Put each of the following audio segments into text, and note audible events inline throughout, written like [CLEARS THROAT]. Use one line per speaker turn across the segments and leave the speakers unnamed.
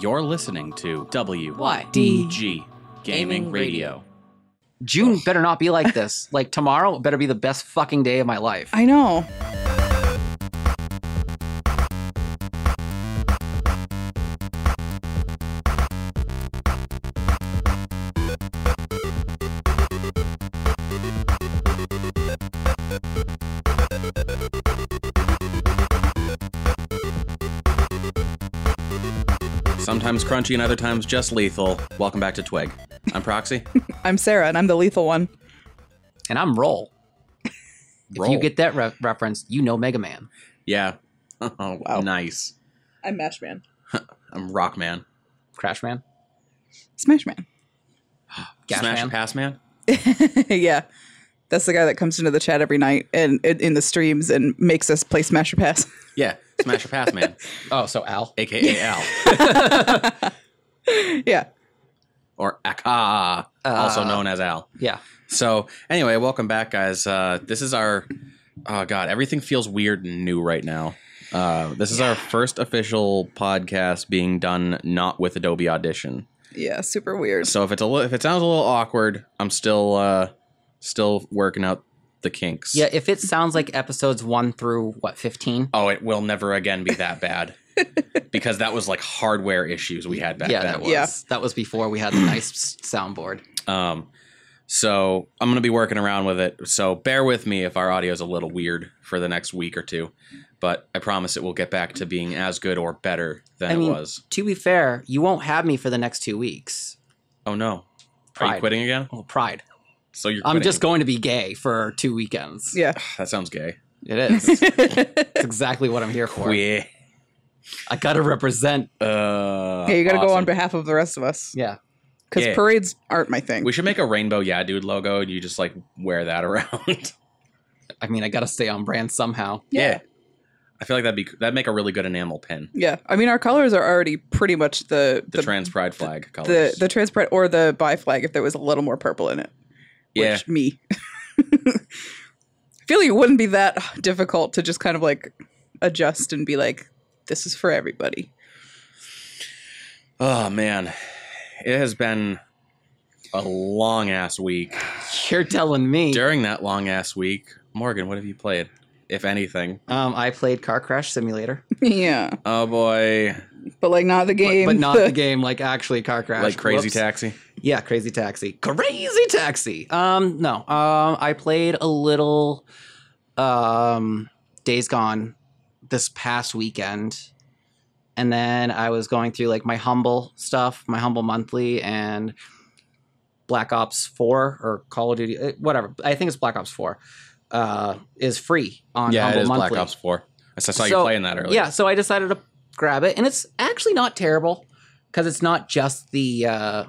You're listening to
D.
WDG Gaming
Gaming
Radio.
Radio.
June better not
[LAUGHS]
be like this. Like tomorrow better be the best fucking day of my life.
I know.
Sometimes crunchy and other times just lethal. Welcome back to Twig. I'm
[LAUGHS]
Proxy.
I'm Sarah, and I'm the lethal one.
And I'm roll. If
Roll.
you get that re- reference, you know Mega Man. [LAUGHS]
yeah. Oh, wow. Nice.
I'm Mashman.
I'm Rockman.
Crash Man.
Smashman.
Gas
Smash
Man.
and Pass Man?
[LAUGHS] yeah. That's the guy that comes into the chat every night and in, in the streams and makes us play Smash or Pass. [LAUGHS]
Yeah. Smash or Pass Man,
[LAUGHS] Oh, so Al.
aka
[LAUGHS]
Al.
yeah.
Or
Uh,
Aka, also known as Al.
Yeah.
So, anyway, welcome back, guys. Uh, this is our. Oh, God. Everything feels weird and new right now. Uh, this is our first official podcast being done not with Adobe Audition.
Yeah. Super weird.
So if it's a li- if it sounds a little awkward, I'm still uh still working out the kinks.
Yeah, if it sounds like episodes one through what, fifteen?
Oh, it will never again be that
[LAUGHS]
bad because that was like hardware issues we had back
yeah,
then.
that was
Yeah.
that was before we had
[CLEARS THROAT]
the nice s- soundboard.
Um, so I'm gonna be working around with it. So bear with me if our audio is a little weird for the next week or two, but I promise it will get back to being as good or better than
I mean-
it was.
To be fair, you won't have me for the next two weeks.
Oh no. Are
Pride.
you quitting again?
Well, pride.
So you're.
I'm
quitting.
just going to be gay for two weekends.
[LAUGHS] yeah.
[SIGHS] That sounds gay. [LAUGHS]
It is. It's exactly what I'm here for.
Yeah.
I gotta represent.
Uh,
[LAUGHS] yeah. You got to go
awesome.
on behalf of the rest of us
Yeah.
because
Yeah.
parades aren't my thing.
We should make a rainbow yeah dude logo and you just like wear that around. [LAUGHS]
I mean, I gotta stay on brand somehow.
Yeah.
I feel like that'd be that'd make a really good enamel pin.
yeah. I mean, our colors are already pretty much the
The, trans pride flag
the
colors.
the transparent or the bi flag if there was a little more purple in it.
yeah.
Which me. [LAUGHS] I feel like it wouldn't be that difficult to just kind of like adjust and be like, this is for everybody. [LAUGHS]
Oh man. It has been a long ass week.
You're telling me.
During that long ass week, Morgan, what have you played? If anything.
Um, I played Car Crash Simulator,
yeah.
Oh boy.
But like not the
but,
game.
but not
[LAUGHS]
the game. Like actually, Car Crash.
Like crazy
Whoops.
taxi.
Yeah, Crazy Taxi. Crazy Taxi. Um, no. Um, I played a little, um, Days Gone, this past weekend, and then I was going through like my humble stuff, my humble monthly, and Black Ops Four or Call of Duty, eh, whatever. I think it's Black Ops Four. Uh, is free on
yeah, it
humble
is
monthly.
Black Ops 4. I saw saw you
So,
playing that earlier.
Yeah, so I decided to grab it, and it's actually not terrible because it's not just the uh,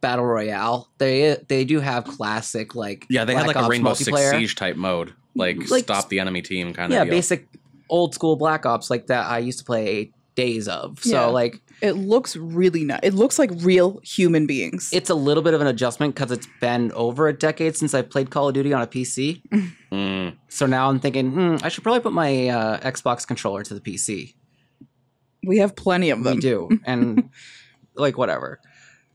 battle royale. They they do have classic like
Yeah, they had like
Black
a
Ops
Rainbow Six
multiplayer.
Siege type mode. Like,
Like-
stop the enemy team kind
yeah,
of deal.
basic old school Black Ops like that I used to play days of. So
Yeah.
like
it looks really nice. It looks like real human beings.
it's a little bit of an adjustment because it's been over a decade since I played Call of Duty on a PC.
Mm.
So now I'm thinking hmm, I should probably put my uh, Xbox controller to the PC.
we have plenty of them.
[LAUGHS]
We do, and like whatever.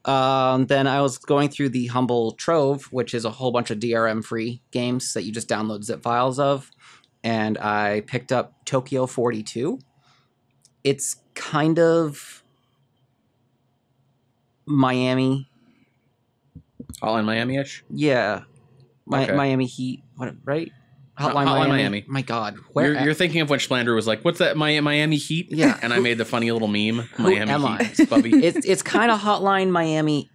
Um, then I was going through the Humble Trove, which is a whole bunch of DRM free games that you just download zip files of, and I picked up Tokyo 42. It's kind of Miami,
All in Miami ish?
yeah, Mi-
Okay.
Miami Heat, what, right?
Hot- Hotline Miami.
My God, where
You're, you're thinking of when Splander was like, "What's that? Mi- Miami Heat?"
Yeah.
and I made the funny little meme.
Who
Miami
am I?
Heat, it's
[LAUGHS]
Bubby.
it's it's kind of Hotline Miami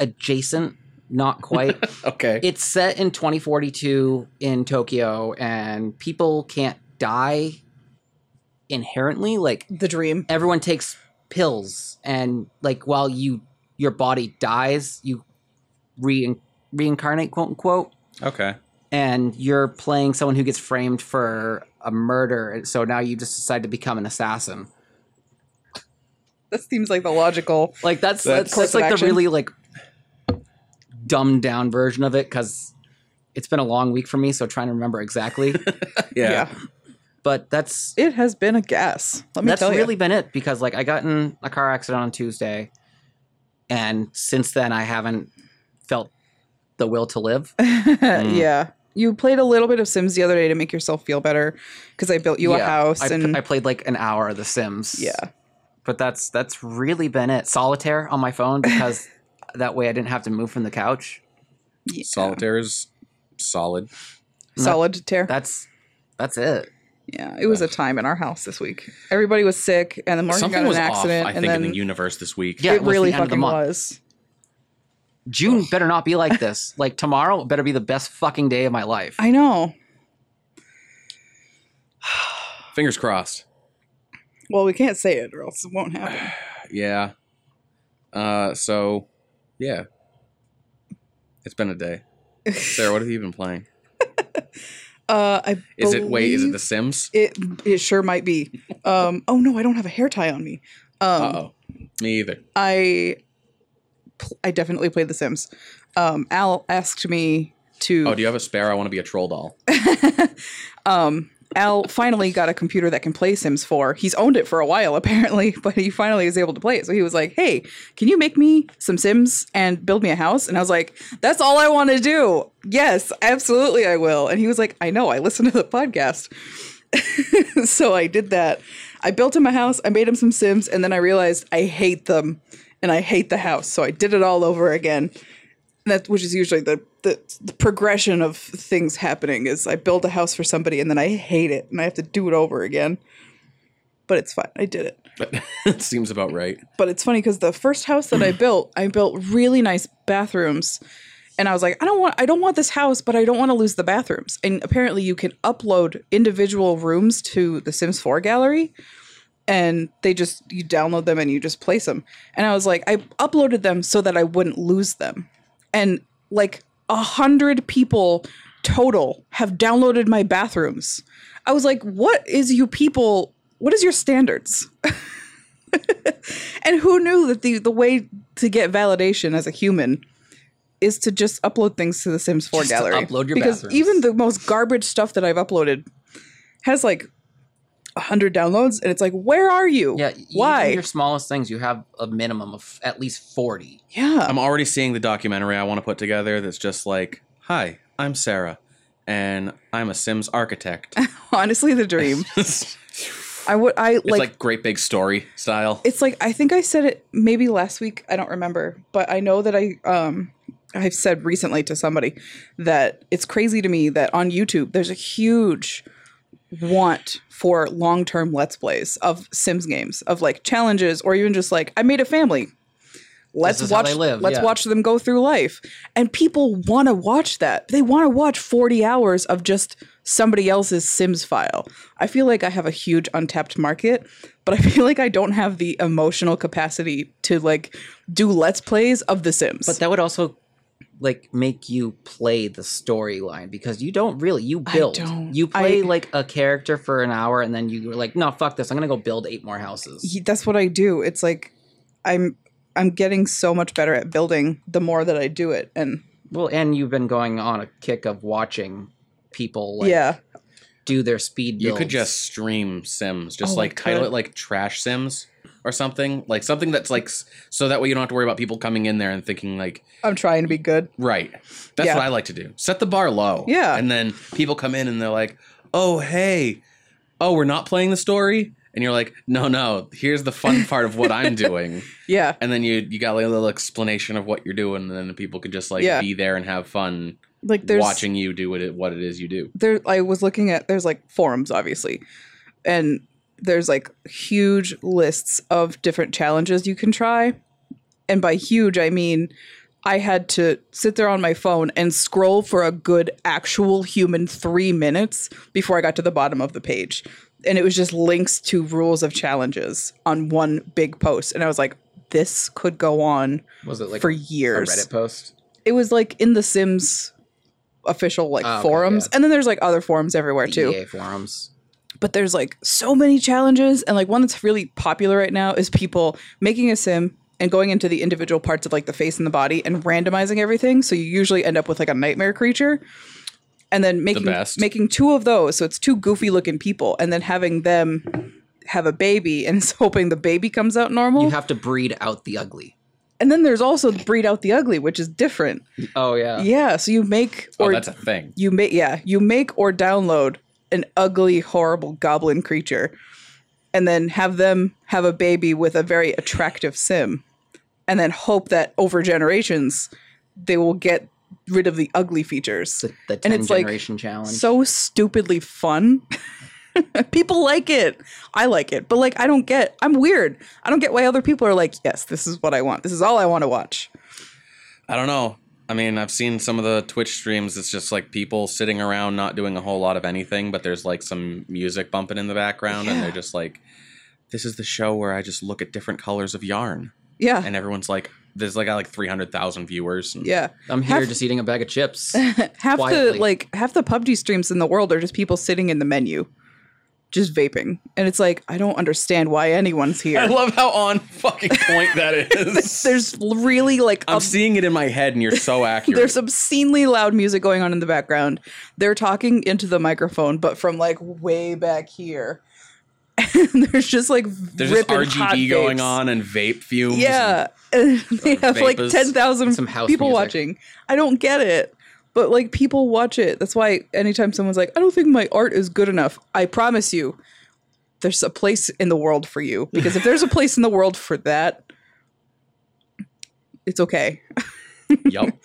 adjacent, not quite.
okay.
It's set in 2042 in Tokyo, and people can't die inherently. Like
The dream.
everyone takes pills, and like while you your body dies, you re- reincarnate, quote unquote,
okay.
and you're playing someone who gets framed for a murder. and So now you just decide to become an assassin.
That seems like the logical
Like that's that's, that's,
That's course of
like the
action.
really like dumbed down version of it because it's been a long week for me, so trying to remember exactly.
Yeah.
yeah.
But that's
It has been a guess. Let me
that's
tell
really
you.
been it because like I got in a car accident on Tuesday, and since then I haven't felt the will to live.
[LAUGHS] yeah. You played a little bit of Sims the other day to make yourself feel better because I built [LAUGHS] you a
Yeah,
house
I, p-
and
I played like an hour of The Sims.
yeah.
but that's that's really been it. Solitaire on my
[LAUGHS]
phone because that way I didn't have to move from the couch.
yeah.
Solitaire is solid.
No.
Solid tear.
That's that's it.
Yeah, it was a time in our house this week. Everybody was sick, and then Morgan
Something
got
was
in an accident,
off. I
and
think
then
in the universe this week.
Yeah,
it
it was
really
the end of the
fucking
month.
was.
June better not be like
[LAUGHS]
this. Like tomorrow better be the best fucking day of my life.
I know.
Fingers crossed.
Well, we can't say it, or else it won't happen. [SIGHS]
Yeah. Uh. So, yeah. It's been a
[LAUGHS]
day. Sarah, what have you been playing?
Uh, I
Is it wait? Is it The
believe
Sims?
It it sure
[LAUGHS]
might be. Um, oh no, I don't have a hair tie on me. Um,
Uh oh. Me either.
I pl- I definitely played The Sims. Um, Al asked me to.
Oh, do you have a spare? I want to be a troll doll. [LAUGHS]
um, Al finally got a computer that can play Sims 4. He's owned it for a while, [LAUGHS] apparently, but he finally was able to play it. So he was like, Hey, can you make me some Sims and build me a house? And I was like, That's all I want to do. Yes, absolutely, I will. And he was like, I know, I listen to the podcast. [LAUGHS] so I did that. I built him a house, I made him some Sims, and then I realized I hate them and I hate the house. So I did it all over again that which is usually the, the the progression of things happening is I build a house for somebody and then I hate it and I have to do it over again. But it's fine. I did it.
it seems about right.
But it's funny because the first house that I built, I built really nice bathrooms. And I was like, I don't want I don't want this house, but I don't want to lose the bathrooms. And apparently you can upload individual rooms to the Sims 4 gallery and they just you download them and you just place them. And I was like, I uploaded them so that I wouldn't lose them. And like a hundred people total have downloaded my bathrooms. I was like, what is you people what is your standards? [LAUGHS] And who knew that the, the way to get validation as a human is to just upload things to the Sims 4
Just to
gallery.
upload your
because
bathrooms.
even the most garbage stuff that I've uploaded has like 100 downloads and it's like where are you?
yeah, even
Why?
your smallest things you have a minimum of at least 40.
yeah.
I'm already seeing the documentary I want to put together that's just like, hi, I'm Sarah, and I'm a Sims architect.
[LAUGHS]
[LAUGHS]
Honestly the dream.
it's
I would I
like,
like
great big story style.
it's like I think I said it maybe last week. I don't remember, but I know that I um I've said recently to somebody that it's crazy to me that on YouTube there's a huge want for long-term let's plays of Sims games of like challenges or even just like I made a family. Let's
is how
watch
they live,
let's
yeah.
watch them go through life. And people want to watch that. They want to watch 40 hours of just somebody else's Sims file. I feel like I have a huge untapped market, but I feel like I don't have the emotional capacity to like do let's plays of the Sims.
But that would also like make you play the storyline because you don't really you build.
don't.
You play
I-
like a character for an hour and then you're like, "No, fuck this. I'm going to go build eight more houses."
he- that's what I do. It's like I'm I'm getting so much better at building the more that I do it and
Well, and you've been going on a kick of watching people like
yeah.
do their speed
You
builds.
could just stream Sims, just
Oh, I
like title
could.
it like Trash Sims or something, like something that's like s- so that way you don't have to worry about people coming in there and thinking like,
I'm trying to be good.
right, that's
Yeah.
what I like to do. Set the bar low,
Yeah.
and then people come in and they're like, oh hey, oh we're not playing the story, and you're like, no no, here's the fun part of what
[LAUGHS]
I'm doing.
Yeah.
and then you you got like a little explanation of what you're doing, and then the people could just like
Yeah.
be there and have fun
Like there's
watching you do what it what it is you do.
there I was looking at there's like forums obviously and there's like huge lists of different challenges you can try and by huge I mean I had to sit there on my phone and scroll for a good actual human 3 minutes before I got to the bottom of the page and it was just links to rules of challenges on one big post and I was like this could go on
was it like
for
a
years
Reddit post?
it was like in the Sims official like
Oh, okay,
forums
yeah.
and then there's like other forums everywhere
The
too
EA E forums.
but there's like so many challenges and like one that's really popular right now is people making a sim and going into the individual parts of like the face and the body and randomizing everything so you usually end up with like a nightmare creature and then making
best.
making two of those so it's two goofy looking people and then having them have a baby [LAUGHS] and it's hoping the baby comes out normal
You have to breed out the ugly.
and then there's also breed out the ugly which is different
Oh yeah.
yeah so you make
Oh,
or
that's a thing.
you make yeah you make or download an ugly horrible goblin creature and then have them have a baby with a very attractive sim and then hope that over generations they will get rid of the ugly features
The, the ten
And it's like-
generation challenge.
so stupidly fun. [LAUGHS] people like it. I like it. But like I don't get I'm weird. I don't get why other people are like, "Yes, this is what I want. This is all I want to watch."
I don't know. I mean, I've seen some of the Twitch streams. It's just like people sitting around, not doing a whole lot of anything, but there's like some music bumping in the background, and they're
Yeah.
just like, "This is the show where I just look at different colors of
[LAUGHS]
yarn,"
Yeah.
and everyone's like, "There's like got like three hundred thousand viewers." And
yeah.
I'm here
Have-
just eating a bag of
[LAUGHS]
chips.
Half the
Quietly.
like half the PUBG streams in the world are just people sitting in the menu just vaping. And it's like, I don't understand why anyone's
I
here.
love how on fucking point that is.
[LAUGHS] There's really like
I'm
ob-
seeing it in my head, and you're so accurate.
[LAUGHS] there's obscenely loud music going on in the background. They're talking into the microphone, but from like way back here. [LAUGHS] And there's just like
There's just
ripping hot
RGB going
vapes.
on and vape fumes.
Yeah, [LAUGHS] And they have like
vapors.
ten thousand
Some house
people
music.
watching. I don't get it, but like people watch it. That's why anytime someone's like, "I don't think my art is good enough," I promise you, there's a place in the world for you. Because if there's a place in the world for that, it's okay.
And,
[LAUGHS]
yep.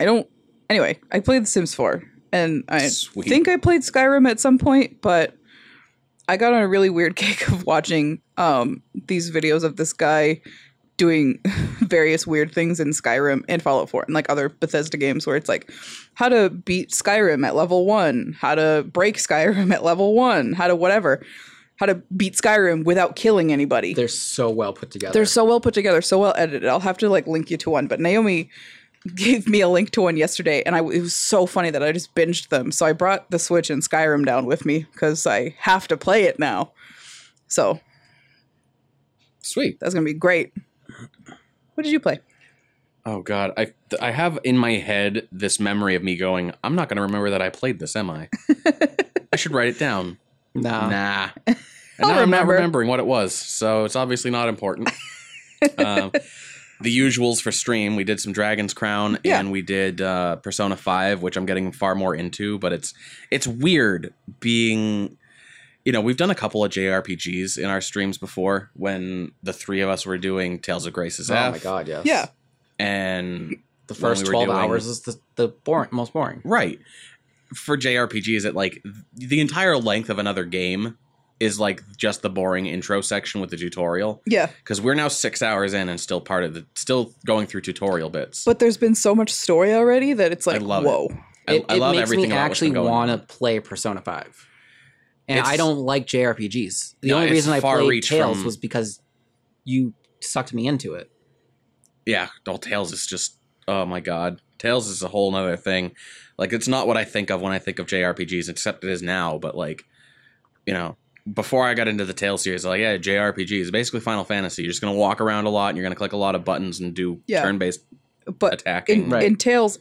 I don't. Anyway, I played The Sims 4, and I
Sweet.
think I played Skyrim at some point, but I got on a really weird [LAUGHS] kick of watching um, these videos of this guy doing [LAUGHS] various weird things in Skyrim and Fallout 4 and like other Bethesda games where it's like how to beat Skyrim at level 1, how to break [LAUGHS] Skyrim at level 1, how to whatever, how to beat Skyrim without killing anybody
They're so well put together.
they're so well put together, so well edited. I'll have to like link you to one, but Naomi gave me a link to one yesterday, and I it was so funny that I just binged them. So I brought the Switch and Skyrim down with me because I have to play it now. So
Sweet.
that's gonna be great. What did you play?
Oh god, I I have in my head this memory of me going, I'm not going to remember that I played this, am I? I should write it down.
nah.
Nah. And now I'm not
remember.
remembering what it was, so it's obviously not important. um, the usuals for stream, we did some Dragon's Crown
Yeah.
and we did uh, Persona 5, which I'm getting far more into, but it's it's weird being you know, we've done a couple of JRPGs in our streams before when the three of us were doing Tales of Grace's
Oh
F
my god, yes.
Yeah.
and
The
When
first
we were
12
doing-
hours is the, the boring, most boring.
Right. For JRPGs, it like th- the entire length of another game is like just the boring intro section with the tutorial.
Yeah,
Because we're now six hours in and still part of the still going through tutorial bits.
but there's been so much story already that it's like,
love it.
whoa,
I,
it,
I
it
love
makes
everything
me
about
actually
want
want to play Persona Five, and
It's-
I don't like JRPGs. The
No,
only
it's
reason I
far
played
reach
Tales
from-
was because you sucked me into it.
Yeah, all Tails is just oh my god. Tails is a whole nother thing. Like it's not what I think of when I think of JRPGs, except it is now, but like you know, before I got into the Tales series, like, yeah, JRPGs, basically Final Fantasy. You're just gonna walk around a lot and you're gonna click a lot of buttons and do
Yeah.
turn based
but
attacking.
in,
Right.
in Tales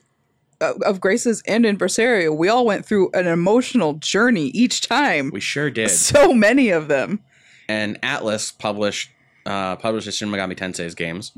of of Graces and in Berseria, we all went through an emotional journey each time.
We sure did.
So many of them.
And Atlas published uh, published Shin Megami Tensei's games.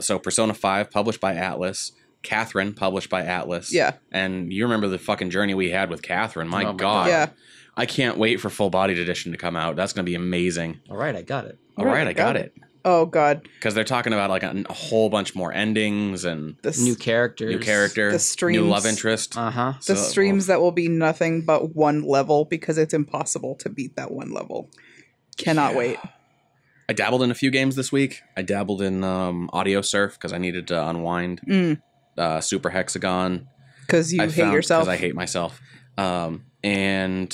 So Persona Five published by Atlas, Catherine published by Atlas.
Yeah.
And you remember the fucking journey we had with Catherine? My,
Oh my
God,
God.
Yeah.
I can't wait for Full Bodied Edition to come out. That's gonna be amazing.
All right, I got it.
All right, I got it
Oh God,
because they're talking about like a, a whole bunch more endings and
the s-
New characters,
new character,
The streams.
new love interest.
Uh huh.
So-
the streams that will be nothing but one level because it's impossible to beat that one level. Cannot wait.
oh, I dabbled in a few games this week. I dabbled in um, Audio Surf because I needed to unwind. Uh, Super Hexagon.
Because Mm. you
I
hate
found-
yourself.
I hate myself. Um, and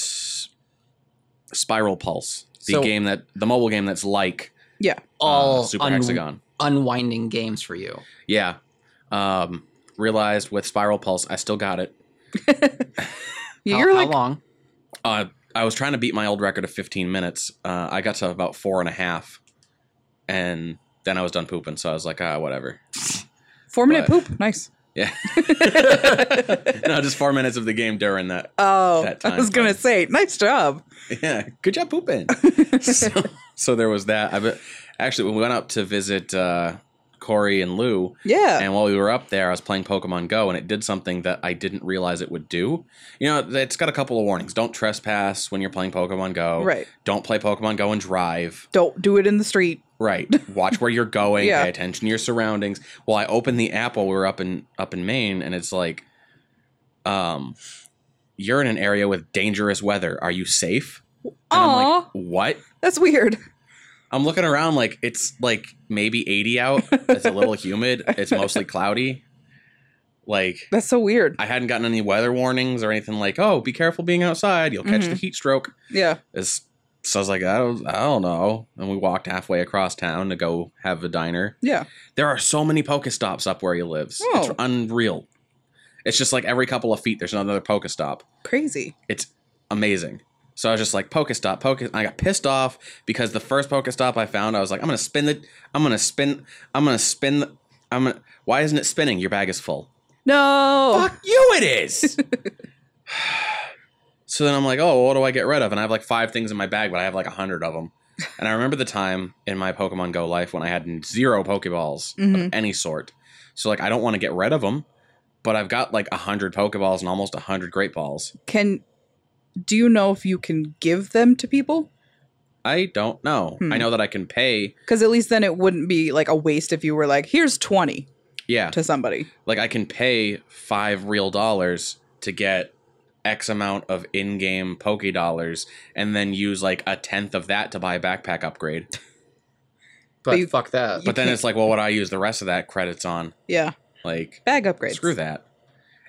Spiral Pulse, the
So-
game that the mobile game that's like
yeah.
uh,
All
Super
un-
Hexagon.
unwinding games for you.
Yeah. Um, realized with Spiral Pulse, I still got it.
How,
You're
how
like
long?
Uh, I was trying to beat my old record of 15 minutes. Uh, I got to about four and a half, and then I was done pooping. So I was like, ah, whatever.
four minute
but-
poop. Nice.
Yeah. [LAUGHS] no, just four minutes of the game during that.
Oh,
That
I was
time
gonna
comes.
say, nice job.
Yeah, good job pooping.
[LAUGHS]
so, so there was that. I bet, actually when we went up to visit uh, Corey and Lou,
Yeah,
and while we were up there, I was playing Pokemon Go, and it did something that I didn't realize it would do. You know, it's got a couple of warnings: don't trespass when you're playing Pokemon Go.
right.
Don't play Pokemon Go and drive.
Don't do it in the street. [LAUGHS]
Right. Watch where you're going.
Yeah.
Pay attention to your surroundings. Well, I opened the app while we were up in up in Maine, and it's like, um, you're in an area with dangerous weather. Are you safe? And I'm like,
Aw.
what?
That's weird. [LAUGHS]
I'm looking around like it's like maybe 80 out. It's a little humid. It's mostly cloudy. Like
That's so weird.
I hadn't gotten any weather warnings or anything like, oh, be careful being outside. You'll catch the heat stroke.
Yeah.
It's, so I was like, I don't, I don't know. And we walked halfway across town to go have a diner.
Yeah.
There are so many Pokestops up where he lives. It's
Oh.
unreal. It's just like every couple of feet, there's another Pokestop.
Crazy.
Amazing. So I was just like Pokestop, Poke. and I got pissed off because the first Pokestop I found, I was like, I'm gonna spin the, I'm gonna spin, I'm gonna spin, the, I'm gonna. Why isn't it spinning? Your bag is full.
No.
[LAUGHS]
Fuck you, it is. so then I'm like, oh, what do I get rid of? And I have like five things in my bag, but I have like a hundred of them. And I remember the time in my Pokemon Go life when I had zero Pokeballs
Mhm.
of any sort. So like, I don't want to get rid of them, but I've got like a hundred Pokeballs and almost a hundred Great Balls.
Can do you know if you can give them to people?
I don't know.
Hmm.
I know that I can pay.
Because at least then it wouldn't be like a waste if you were like, here's twenty
Yeah,
to somebody.
like I can pay five real dollars to get X amount of in-game Poke dollars, and then use like a tenth of that to buy a backpack upgrade.
But,
you-
fuck that.
But then it's like, well, what do I use the rest of that credits on?
Yeah.
Like,
Bag upgrades.
screw that.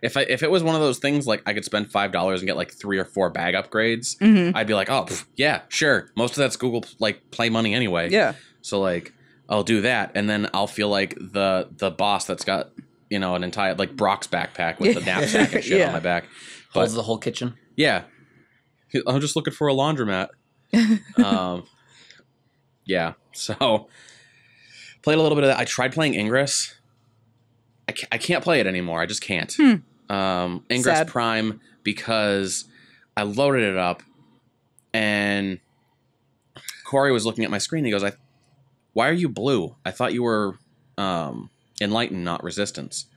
If I if it was one of those things like I could spend five dollars and get like three or four bag upgrades,
hmm
I'd be like, oh pff, yeah, sure. Most of that's Google like play money anyway.
Yeah.
So like I'll do that and then I'll feel like the the boss that's got you know an entire like Brock's backpack with the
Yeah.
knapsack and shit
[LAUGHS] Yeah.
on my back.
holds the whole kitchen.
Yeah. I'm just looking for a
[LAUGHS]
laundromat. um yeah. So played a little bit of that. I tried playing Ingress. I ca- I can't play it anymore. I just can't. Um Ingress
Hmm. Sad.
Prime because I loaded it up and Corey was looking at my screen. He goes, "I, why are you blue? I thought you were um, enlightened, not resistance."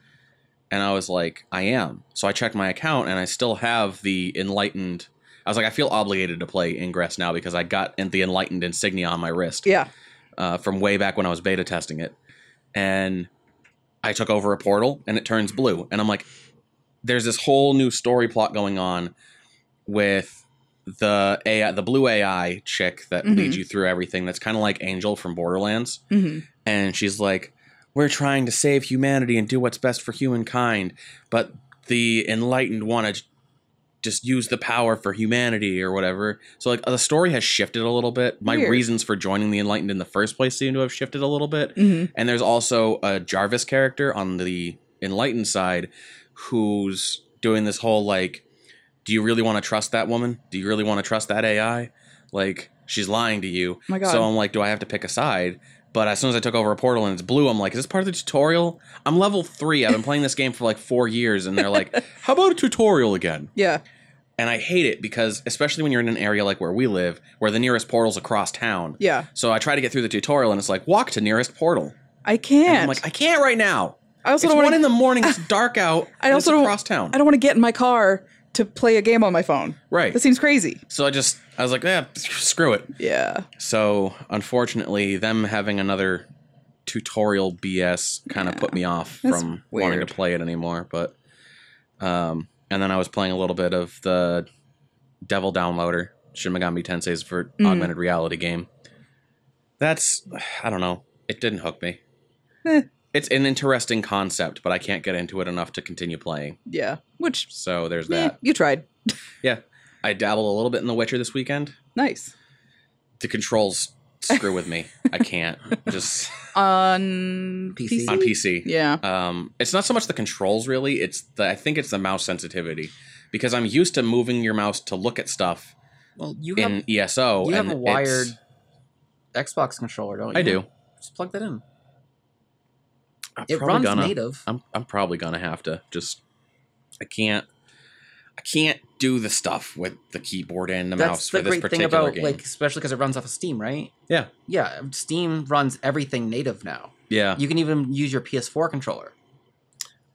And I was like, "I am." So I checked my account, and I still have the enlightened. I was like, "I feel obligated to play Ingress now because I got en- the enlightened insignia on my wrist
Yeah.
uh, from way back when I was beta testing it, and I took over a portal, and it turns blue, and I'm like, "There's this whole new story plot going on with." the AI, the blue AI chick that leads you through everything. That's kind of like Angel from Borderlands,
hmm
and she's like, "We're trying to save humanity and do what's best for humankind, but the enlightened want to just use the power for humanity or whatever." So like the story has shifted a little bit. My
Weird.
reasons for joining the enlightened in the first place seem to have shifted a little
[LAUGHS]
bit.
hmm
And there's also a Jarvis character on the enlightened side who's doing this whole like, do you really want to trust that woman? Do you really want to trust that AI? Like, she's lying to you.
My God.
So I'm like, do I have to pick a side? But as soon as I took over a portal and it's blue, I'm like, is this part of the tutorial? I'm level three. I've been playing this game for like four years. And they're like,
[LAUGHS]
how about a tutorial again?
Yeah.
And I hate it because, especially when you're in an area like where we live, where the nearest portal's across town.
Yeah.
So I try to get through the tutorial and it's like, walk to nearest portal.
I can't.
I'm like, I can't right now.
I also
it's
don't
one
want
in
to.
the morning.
[LAUGHS]
It's dark out.
I
and it's
also don't-
across town.
I don't want to get in my car to play a game on my phone.
right.
That seems crazy.
So I just, I was like, eh, screw it.
Yeah.
So unfortunately, them having another tutorial BS kind of put me off
that's
from wanting
weird.
to play it anymore. But, um, and then I was playing a little bit of the Devil Downloader, Shin Megami Tensei's for
Mhm.
augmented reality game. That's, I don't know. It didn't hook me.
Eh.
It's an interesting concept, but I can't get into it enough to continue playing.
Yeah. Which
So there's
eh,
that.
you tried.
I dabbled a little bit in The Witcher this weekend.
Nice.
The controls screw with me. I
[LAUGHS]
can't. Just
On
PC.
on PC.
Yeah.
Um, it's not so much the controls really. It's the I think it's the mouse sensitivity because I'm used to moving your mouse to look at stuff
Well, you have
in ESO.
you have
and
a
it's-
wired Xbox controller, don't you?
I do.
Just plug that in.
I'm
It
probably
runs
gonna,
native.
I'm I'm probably gonna have to just. I can't. I can't do the stuff with the keyboard and the mouse
That's
for
the
this
great thing
particular
about
game.
like, especially because it runs off of Steam, right?
Yeah.
Yeah, Steam runs everything native now.
yeah,
You can even use your PS4 controller.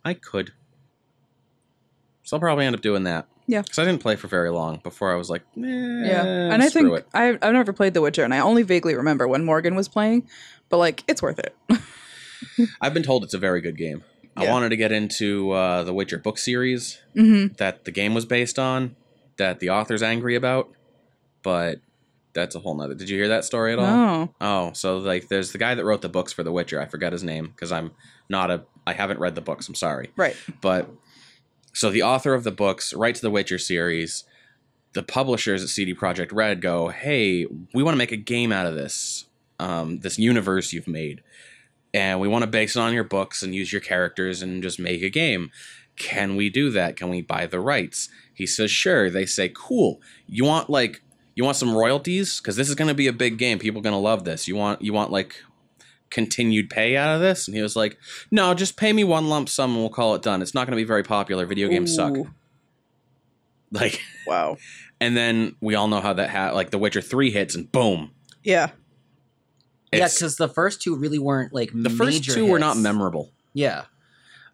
I could. So I'll probably end up doing that.
Yeah.
Because I didn't play for very long before I was like, Eh,
Yeah, and I think I, I've never played The Witcher, and I only vaguely remember when Morgan was playing, but like it's worth it.
I've been told it's a very good game. I
Yeah.
wanted to get into uh, the Witcher book series
Mm-hmm.
that the game was based on, that the author's angry about, but that's a whole nother. Did you hear that story at all?
Oh,
Oh, so like there's the guy that wrote the books for The Witcher. I forgot his name because I'm not a I haven't read the books. I'm sorry,
right.
but so the author of the books writes the Witcher series. The publishers at CD Projekt Red go, "Hey, we want to make a game out of this um, this universe you've made, and we want to base it on your books and use your characters and just make a game. Can we do that? Can we buy the rights?" He says, "Sure." They say, "Cool. You want like." You want some royalties because this is going to be a big game. People are going to love this. You want you want like continued pay out of this? And he was like, "No, just pay me one lump sum and we'll call it done. It's not going to be very popular. Video games suck."
Ooh,
Like,
Wow.
and then we all know how that ha- like The Witcher Three hits and boom.
Yeah.
Yeah, 'cause
It's,
yeah, because the first two really weren't like
the first
major
two were not
hits.
memorable,
Yeah,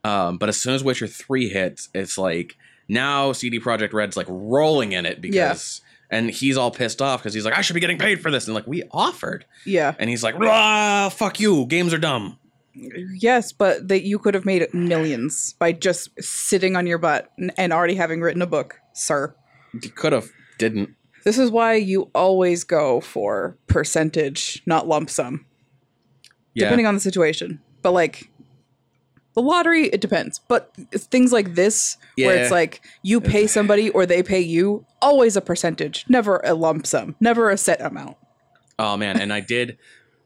um, but as soon as Witcher Three hits, it's like now CD Projekt Red's like rolling in it because. And he's all pissed off because he's like, I should be getting paid for this. And like, we offered.
Yeah.
And he's like, "Rah, fuck you. Games are dumb.
Yes, but that you could have made millions by just sitting on your butt and, and already having written a book, sir.
You could have, didn't.
This is why you always go for percentage, not lump sum, depending on the situation. But like the lottery, it depends. But it's things like this, where it's
Yeah.
like you pay somebody or they pay you, always a percentage, never a lump sum, never a set amount.
Oh man, and I did.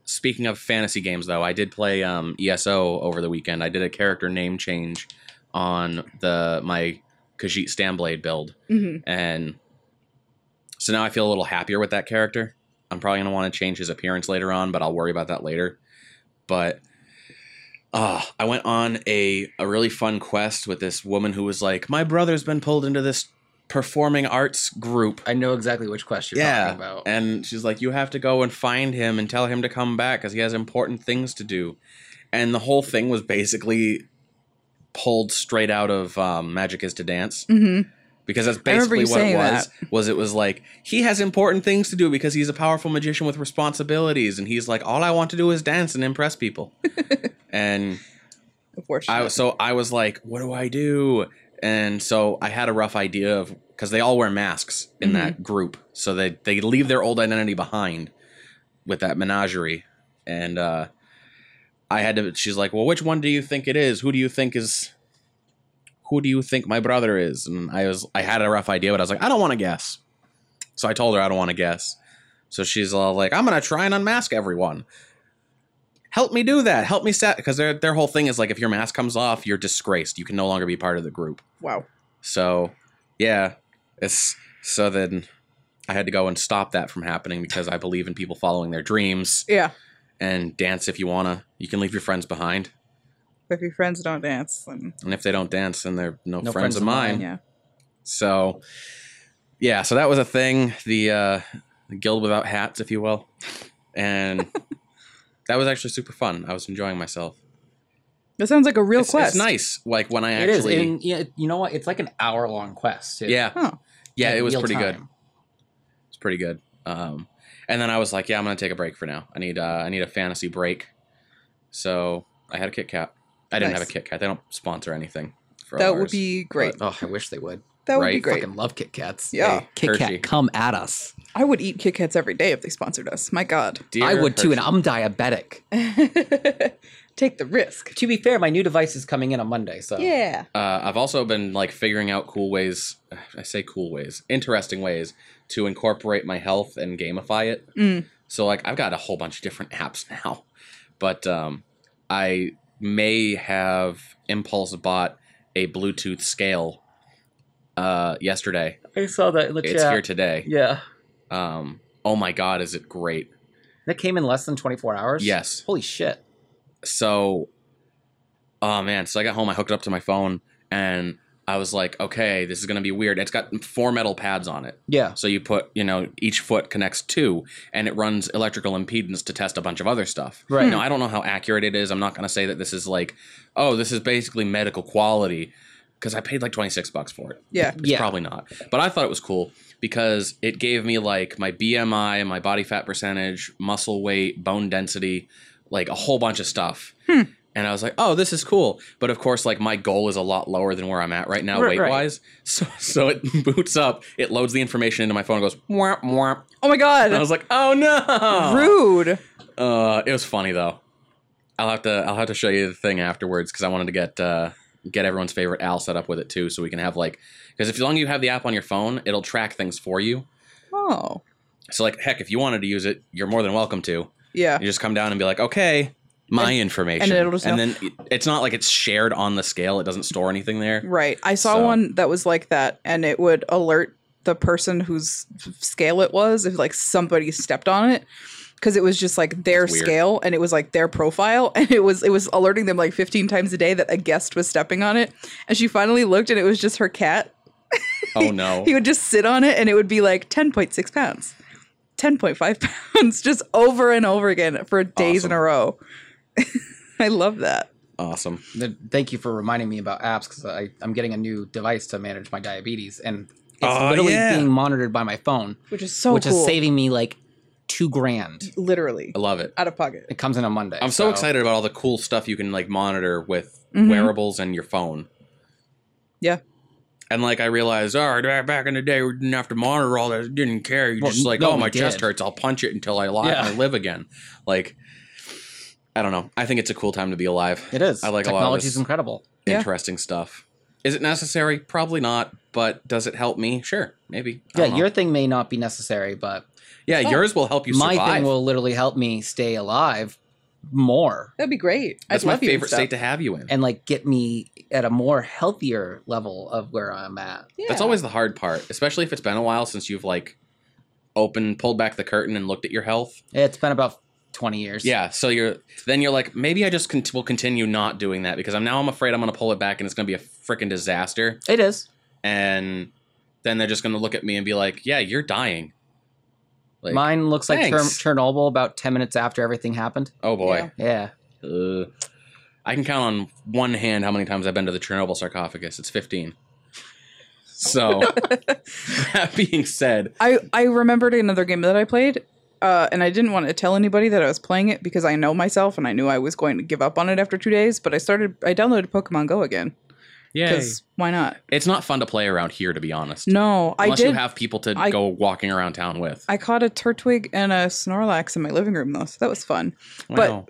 Speaking of fantasy games, though, I did play um, ESO over the weekend. I did a character name change on the my Khajiit Stamblade build,
Mhm.
and so now I feel a little happier with that character. I'm probably gonna want to change his appearance later on, but I'll worry about that later. But uh, I went on a a really fun quest with this woman who was like, "My brother's been pulled into this performing arts group."
I know exactly which quest you're
Yeah.
talking about.
And she's like, You have to go and find him and tell him to come back because he has important things to do. And the whole thing was basically pulled straight out of um, Magic is to Dance
hmm
because that's
I remember
basically
you
what it
saying
was. Was it was like he has important things to do because he's a powerful magician with responsibilities, and he's like, all I want to do is dance and impress
[LAUGHS]
people. and
Unfortunately.
I so I was like, what do I do? And so I had a rough idea of because they all wear masks in that group, so they they leave their old identity behind with that menagerie, and uh, I had to. She's like, well, which one do you think it is? Who do you think is? Who do you think my brother is? And I was I had a rough idea, but I was like, I don't want to guess. So I told her I don't want to guess. So she's all like, I'm gonna try and unmask everyone help me do that. Help me set because their their whole thing is like if your mask comes off, you're disgraced. You can no longer be part of the group.
wow.
So yeah, it's so then I had to go and stop that from happening because I believe in people following their dreams
Yeah.
and dance if you wanna. You can leave your friends behind,
If your friends don't dance, then
and if they don't dance, then they're no, friends, of mine.
yeah.
So yeah, so that was a thing. The uh, guild without hats, if you will, and. That was actually super fun. I was enjoying myself.
That sounds like a real
It's,
quest.
it's nice, like when I
It is.
actually
And, yeah, you know what? It's like an hour long quest. too.
Yeah.
Huh.
Yeah,
Like,
it was
real
pretty good.
time.
It's pretty good. Um, and then I was like, yeah, I'm gonna take a break for now. I need uh, I need a fantasy break. So I had a Kit Kat. I didn't
Nice.
have a Kit Kat. They don't sponsor anything. For
That would
ours.
be great.
Oh, I wish they would.
that would be
right,
great.
Fucking love Kit Kats.
Yeah.
Hey, Kit
Hershey.
Kat, come at us.
I would eat Kit Kats every day if they sponsored us. My God. [LAUGHS]
Dear
I would too, and
Hershey-
I'm diabetic.
Take the risk.
to be fair, my new device is coming in on Monday, so
Yeah.
Uh, I've also been like figuring out cool ways. [SIGHS] I say cool ways, interesting ways to incorporate my health and gamify it.
Mm.
So like I've got a whole bunch of different [LAUGHS] apps now, but um, I may have impulse bought a Bluetooth scale uh, yesterday.
I saw that. in the
It's
chat.
here today.
Yeah,
Um, oh my god, is it great?
that came in less than 24 hours.
Yes.
Holy shit!
So oh man. So I got home, I hooked it up to my phone, and I was like, okay, this is gonna be weird. It's got four metal pads on it.
Yeah.
So you put, you know, each foot connects two, and it runs electrical impedance to test a bunch of other stuff.
Right.
Now I don't know how accurate it is. I'm not gonna say that this is like, oh, this is basically medical quality, because I paid like 26 bucks for it.
Yeah.
It's
Yeah.
probably not. But I thought it was cool because it gave me like my BMI, my body fat percentage, muscle weight, bone density, like a whole bunch of stuff.
Hmm.
And I was like, "Oh, this is cool." But of course, like my goal is a lot lower than where I'm at right now
Right, right.
weight-wise. [LAUGHS] So so it [LAUGHS] boots up, it loads the information into my phone and goes womp womp.
Oh my god.
And
Uh,
I was like, "Oh no."
Rude.
Uh it was funny though. I'll have to I'll have to show you the thing afterwards cuz I wanted to get uh get everyone's favorite Al set up with it too so we can have like cuz if long as you have the app on your phone, it'll track things for you.
Oh.
So like heck, if you wanted to use it, you're more than welcome to.
Yeah.
You just come down and be like, "Okay, my information."
and it'll just
and
know.
then it- it's not like it's shared on the scale. It doesn't store anything there.
Right. I saw
So-
one that was like that and it would alert the person whose scale it was if like somebody stepped on it because it was just like their
That's weird.
scale and it was like their profile [LAUGHS] and it was it was alerting them like 15 times a day that a guest was stepping on it and she finally looked and it was just her cat [LAUGHS]
Oh no.
he would just sit on it and it would be like 10.6 pounds 10.5 [LAUGHS] pounds just over and over again for days in a
Awesome.
row [LAUGHS] i love that
awesome.
Th- Thank you for reminding me about apps because I'm getting a new device to manage my diabetes, and it's
Oh,
literally
yeah.
being monitored by my phone,
which is so
which
cool
is saving me like two grand.
literally
I love it.
out of pocket
It comes in on Monday.
I'm so, excited about all the cool stuff you can like monitor with
Mhm.
wearables and your phone.
Yeah.
And like I realized, all right, back- back in the day, we didn't have to monitor all that. Didn't care. You
Well,
just like,
no,
oh,
we
my chest
did.
hurts. I'll punch it until I, li-
Yeah.
I live again. Like, I don't know. I think it's a cool time to be alive.
It is.
I like a lot of
technology's
this.
incredible.
Yeah.
Interesting stuff. Is it necessary? Probably not. But does it help me? Sure, maybe. I
Yeah,
don't know.
your thing may not be necessary, but
yeah,
Oh.
yours will help you
my
survive.
thing will literally help me stay alive more
that'd be great
That's
I'd
my
love you and
favorite
stuff.
state to have you in.
and like get me at a more healthier level of where I'm at.
yeah.
That's always the hard part, especially if it's been a while since you've like opened, pulled back the curtain and looked at your health.
It's been about 20 years.
Yeah, so you're then you're like, maybe I just con- will continue not doing that because I'm now I'm afraid I'm gonna pull it back and it's gonna be a freaking disaster.
It is.
And then they're just gonna look at me and be like, yeah, you're dying. Like,
Mine looks like Chern-
thanks.
Chernobyl about 10 minutes after everything happened.
oh boy,
Yeah.
Ugh. I can count on one hand how many times I've been to the Chernobyl sarcophagus. It's fifteen. So [LAUGHS] that being said,
I, I remembered another game that I played, uh, and I didn't want to tell anybody that I was playing it because I know myself and I knew I was going to give up on it after two days. But I started, I downloaded Pokemon Go again
yeah,
because why not?
it's not fun to play around here, to be honest.
No, I
Unless
did.
you have people to
I-
go walking around town with.
I caught a Turtwig and a Snorlax in my living room though, so that was fun. but-
Wow.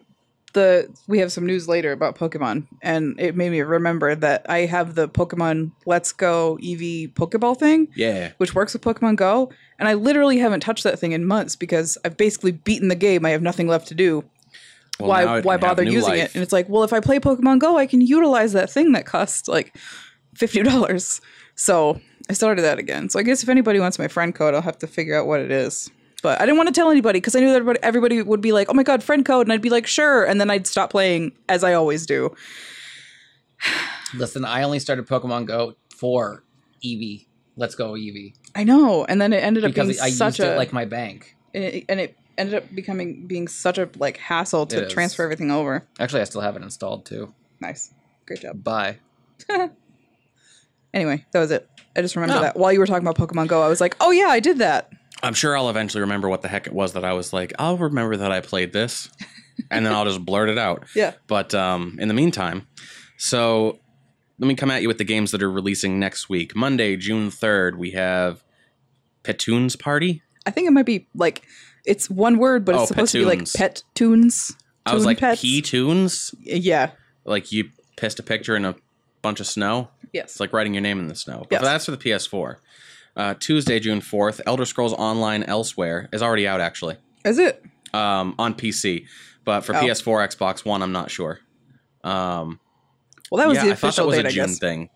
The we have some news later about Pokemon, and it made me remember that I have the Pokemon Let's Go EV Pokeball thing.
yeah,
which works with Pokemon Go, and I literally haven't touched that thing in months because I've basically beaten the game. I have nothing left to do.
Well, now
why
it
why
can have
bother
new
using
life.
it? And it's like, well, if I play Pokemon Go, I can utilize that thing that costs like fifty dollars. So I started that again. So I guess if anybody wants my friend code, I'll have to figure out what it is. But I didn't want to tell anybody because I knew that everybody, everybody would be like, "Oh my god, friend code," and I'd be like, "Sure," and then I'd stop playing as I always do.
Listen, I only started Pokemon Go for Eevee. Let's go, Eevee.
I know, and then it ended up
Because
being
I
such
used
a
it like my bank.
and it, and it ended up becoming being such a like hassle
It
to
is.
transfer everything over.
Actually, I still have it installed too.
Nice. Great job.
Bye.
Anyway, that was it. I just remember
Oh.
that while you were talking about Pokemon Go, I was like, oh yeah, I did that.
I'm sure I'll eventually remember what the heck it was that I was like. I'll remember that I played
[LAUGHS]
this, and then I'll just blurt it out.
Yeah.
But um, in the meantime, so let me come at you with the games that are releasing next week. Monday, June third, we have Petoons Party.
I think it might be like it's one word, but
Oh,
it's supposed to be like
Petoons.
pet tunes.
I was
Toon
like,
pets.
P tunes,
Yeah.
like you pissed a picture in a bunch of snow. It's
Yes.
like writing your name in the snow. But
Yes.
that's for the PS4. Uh, Tuesday, June 4th, Elder Scrolls Online Elsewhere is already out, actually,
Is it?
um, on PC. But for
Oh.
PS4, Xbox One, I'm not sure. Um,
Well, that was
yeah,
the
I thought that
official
was
date,
a
I
June
guess.
thing.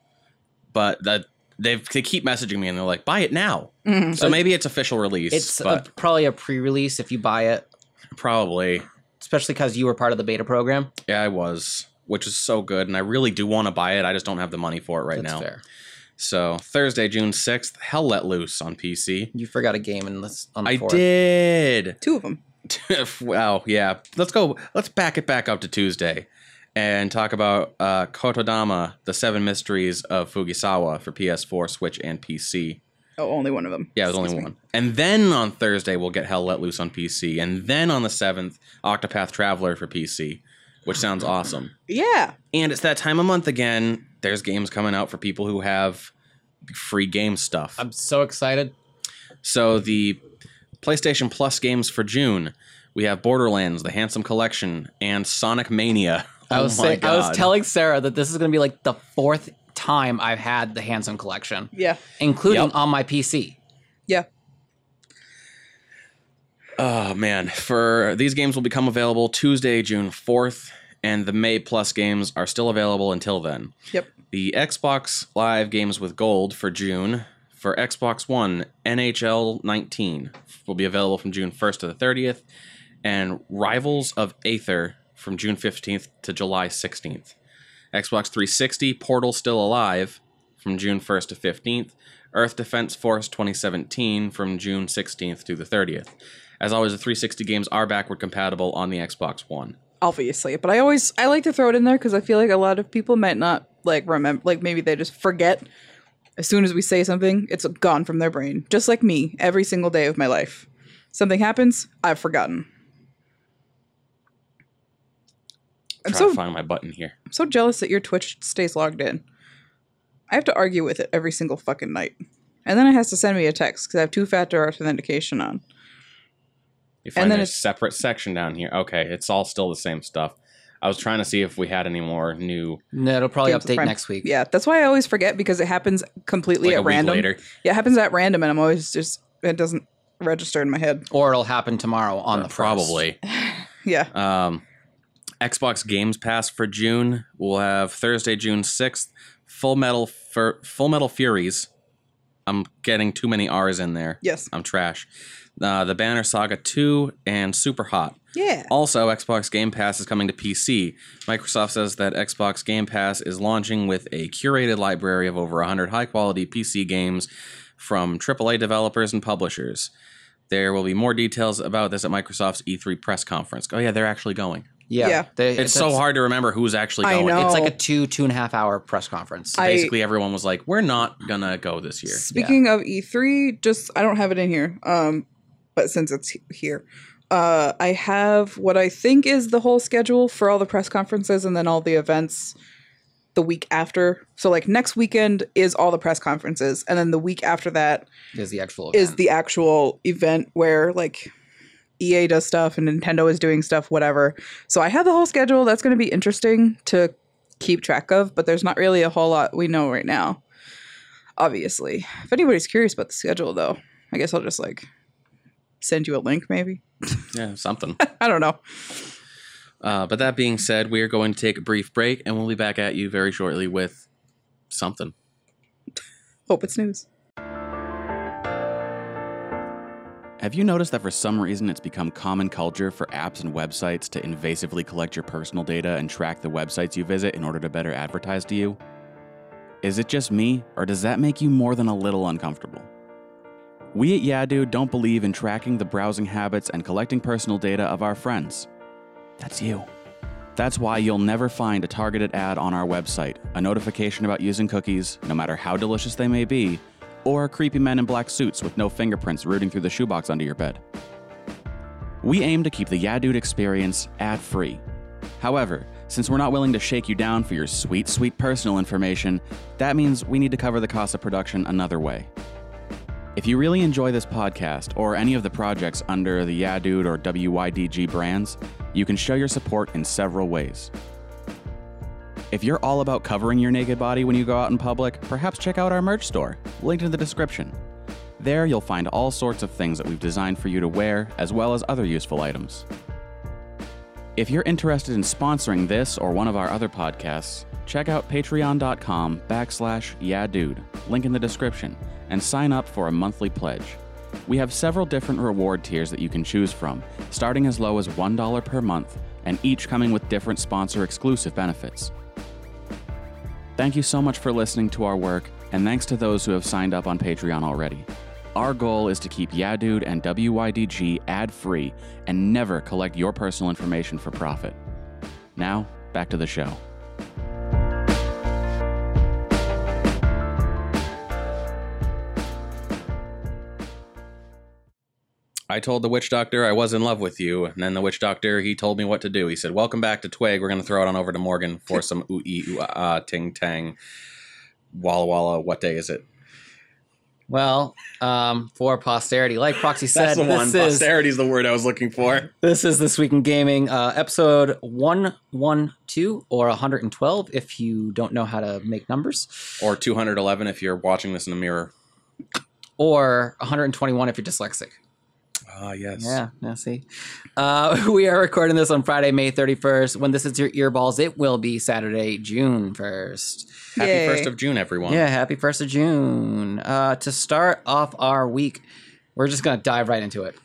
But that they've, they keep messaging me and they're like, buy it now.
Mhm.
So maybe it's official release.
It's a-
but
probably a pre release if you buy it,
probably.
especially because you were part of the beta program.
Yeah, I was. which is so good, and I really do want to buy it. I just don't have the money for it right
That's
now.
fair.
So Thursday, June sixth, Hell Let Loose on PC.
You forgot a game in this on the
I
fourth.
did.
Two of them.
[LAUGHS] wow, yeah. Let's go. Let's back it back up to Tuesday and talk about uh, Kotodama: The Seven Mysteries of Fugisawa for PS4, Switch, and PC.
Oh, only one of them.
Yeah, there's only
Excuse me.
one. And then on Thursday we'll get Hell Let Loose on PC, and then on the seventh, Octopath Traveler for PC, which sounds awesome.
Yeah.
And it's that time of month again. There's games coming out for people who have free game stuff.
I'm so excited.
So the PlayStation Plus games for June, we have Borderlands, The Handsome Collection, and Sonic
[LAUGHS]
Mania.
I
Oh
was
my
saying, I was
God.
telling Sarah that this is going to be like the fourth time I've had the Handsome Collection,
Yeah.
including
Yep.
on my PC.
Yeah.
Oh man, for these games will become available Tuesday, June 4th, and the May Plus games are still available until then.
Yep.
The Xbox Live games with gold for June for Xbox One, NHL 19 will be available from June 1st to the 30th, and Rivals of Aether from June 15th to July 16th. Xbox 360 Portal Still Alive from June 1st to 15th, Earth Defense Force 2017 from June 16th to the 30th. As always, the 360 games are backward compatible on the Xbox One.
Obviously. But I always I like to throw it in there because I feel like a lot of people might not like remember like maybe they just forget as soon as we say something, it's gone from their brain. Just like me, every single day of my life. Something happens, I've forgotten. I'm
Try
so
to find my button here.
I'm so jealous that your Twitch stays logged in. I have to argue with it every single fucking night. And then it has to send me a text because I have two factor authentication on.
You find
then
a
it's-
separate section down here. Okay, it's all still the same stuff. I was trying to see if we had any more new
No, it'll probably
Games with
update
Prime.
next week.
Yeah, that's why I always forget because it happens completely
like a
at
week
random.
later.
Yeah, it happens at random and I'm always just it doesn't register in my head.
Or it'll happen tomorrow on the first.
Probably.
Yeah.
Um, Xbox Games Pass for June. We'll have Thursday, June sixth. Full Metal Fur Full Metal Furies. I'm getting too many R's in there.
Yes.
I'm trash. Uh, the Banner Saga two and Super Hot.
Yeah.
Also, Xbox Game Pass is coming to PC. Microsoft says that Xbox Game Pass is launching with a curated library of over 100 high quality PC games from AAA developers and publishers. There will be more details about this at Microsoft's E3 press conference. Oh, yeah, they're actually going.
Yeah.
Yeah.
They-
It's, so hard to remember who's actually
I
going.
know.
It's like a two, two and a half hour press conference.
I-
Basically, everyone was like, we're not going to go this year.
Speaking of E3, just I don't have it in here. Um, but since it's he- here, uh, I have what I think is the whole schedule for all the press conferences and then all the events the week after. So like next weekend is all the press conferences, and then the week after that
is the actual
is
event.
the actual event where like EA does stuff and Nintendo is doing stuff, whatever. So I have the whole schedule. That's going to be interesting to keep track of, but there's not really a whole lot we know right now, obviously. If anybody's curious about the schedule, though, I guess I'll just like send you a link, maybe.
Yeah, something. [LAUGHS]
I don't know.
uh, but that being said, we are going to take a brief break and we'll be back at you very shortly with something.
Hope it's news.
Have you noticed that for some reason it's become common culture for apps and websites to invasively collect your personal data and track the websites you visit in order to better advertise to you? Is it just me, or does that make you more than a little uncomfortable? We at Yadu don't believe in tracking the browsing habits and collecting personal data of our friends. That's you. That's why you'll never find a targeted ad on our website, a notification about using cookies, no matter how delicious they may be, or creepy men in black suits with no fingerprints rooting through the shoebox under your bed. We aim to keep the Yadude experience ad free. However, since we're not willing to shake you down for your sweet, sweet personal information, that means we need to cover the cost of production another way. If you really enjoy this podcast or any of the projects under the Yadude or WYDG brands, you can show your support in several ways. If you're all about covering your naked body when you go out in public, perhaps check out our merch store, linked in the description. There you'll find all sorts of things that we've designed for you to wear, as well as other useful items. If you're interested in sponsoring this or one of our other podcasts, check out patreon.com backslash yadude, link in the description, and sign up for a monthly pledge. We have several different reward tiers that you can choose from, starting as low as $1 per month and each coming with different sponsor exclusive benefits. Thank you so much for listening to our work, and thanks to those who have signed up on Patreon already. Our goal is to keep Yeah Dude and WYDG ad free and never collect your personal information for profit. Now, back to the show.
I told the witch doctor I was in love with you, and then the witch doctor he told me what to do. He said, "Welcome back to Twig. We're gonna throw it on over to Morgan for [LAUGHS] some ooh ee ooh ah, ah ting tang, walla walla. What day is it?"
Well, um, for posterity, like Proxy said,
That's the one.
this is
Posterity's the word I was looking for.
this is this week in gaming, uh, episode one one two or one hundred and twelve. If you don't know how to make numbers,
Or 211 if you're watching this in the mirror.
or one hundred and twenty one if you're dyslexic.
Ah, yes.
Yeah, yeah, see. Uh, [LAUGHS] we are recording this on Friday, May 31st. When this is your earballs, it will be Saturday, June 1st.
Happy
Yay.
1st of June, everyone.
Yeah, happy 1st of June. Uh, to start off our week, we're just going to dive right into it.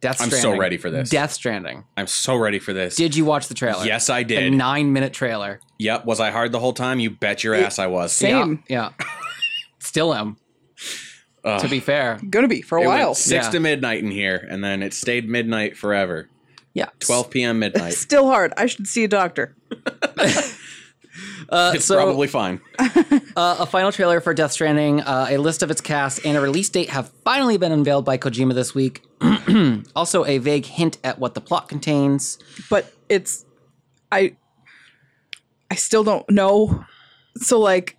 Death
I'm so
Stranding.
ready for this.
Death Stranding.
I'm so ready for this.
Did you watch the trailer?
yes, I
The
did.
nine minute trailer.
yep. Was I hard the whole time? You bet your ass I was.
Same.
Yeah. yeah. Still am,
Ugh.
to be fair.
Gonna be for a
It went
while.
six
Yeah.
to midnight in here, and then it stayed midnight forever.
Yeah.
12 p.m.
[LAUGHS]
midnight.
Still hard. I should see a doctor.
Uh,
it's
so-
probably fine.
Uh, a final trailer for Death Stranding, uh, a list of its cast, and a release date have finally been unveiled by Kojima this week. [CLEARS THROAT] also, a vague hint at what the plot contains.
But it's I I still don't know. So like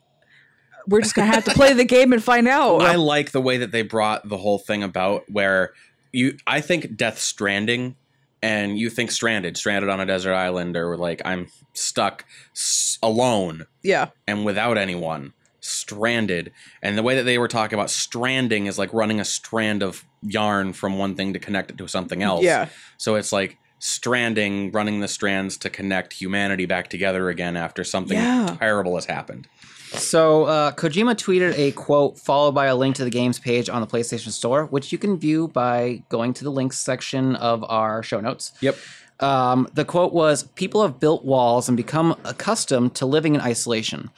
we're just gonna have to play the game and find out. Um,
I like the way that they brought the whole thing about where you I think Death Stranding and you think stranded, stranded on a desert island or like I'm stuck s- alone
yeah.
and without anyone, stranded. And the way that they were talking about stranding is like running a strand of yarn from one thing to connect it to something else.
Yeah.
So it's like stranding, running the strands to connect humanity back together again after something
Yeah.
terrible has happened.
So, uh, Kojima tweeted a quote followed by a link to the game's page on the PlayStation Store, which you can view by going to the links section of our show notes.
Yep.
Um, the quote was People have built walls and become accustomed to living in isolation.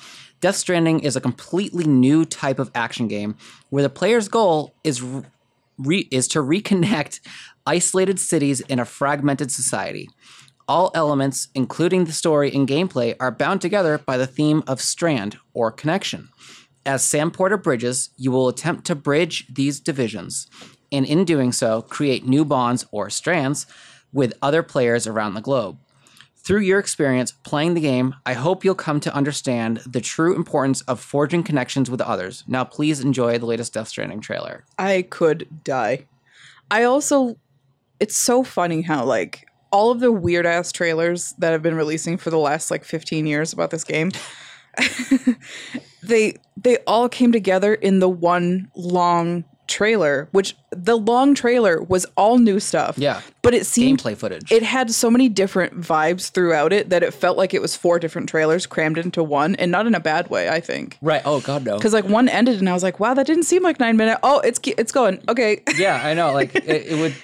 Death Stranding is a completely new type of action game where the player's goal is, re- is to reconnect isolated cities in a fragmented society. All elements, including the story and gameplay, are bound together by the theme of strand or connection. As Sam Porter bridges, you will attempt to bridge these divisions, and in doing so, create new bonds or strands with other players around the globe. Through your experience playing the game, I hope you'll come to understand the true importance of forging connections with others. Now, please enjoy the latest Death Stranding trailer.
I could die. I also, it's so funny how like all of the weird ass trailers that have been releasing for the last like 15 years about this game, [LAUGHS] they they all came together in the one long trailer, which the long trailer was all new stuff.
Yeah,
but it seemed
gameplay footage.
it had so many different vibes throughout it that it felt like it was four different trailers crammed into one, and not in a bad way. I think.
right. Oh, God, no.
Because like one ended and I was like, wow, that didn't seem like nine minutes. Oh, it's ge- it's going okay. [LAUGHS]
Yeah, I know. Like, it, it would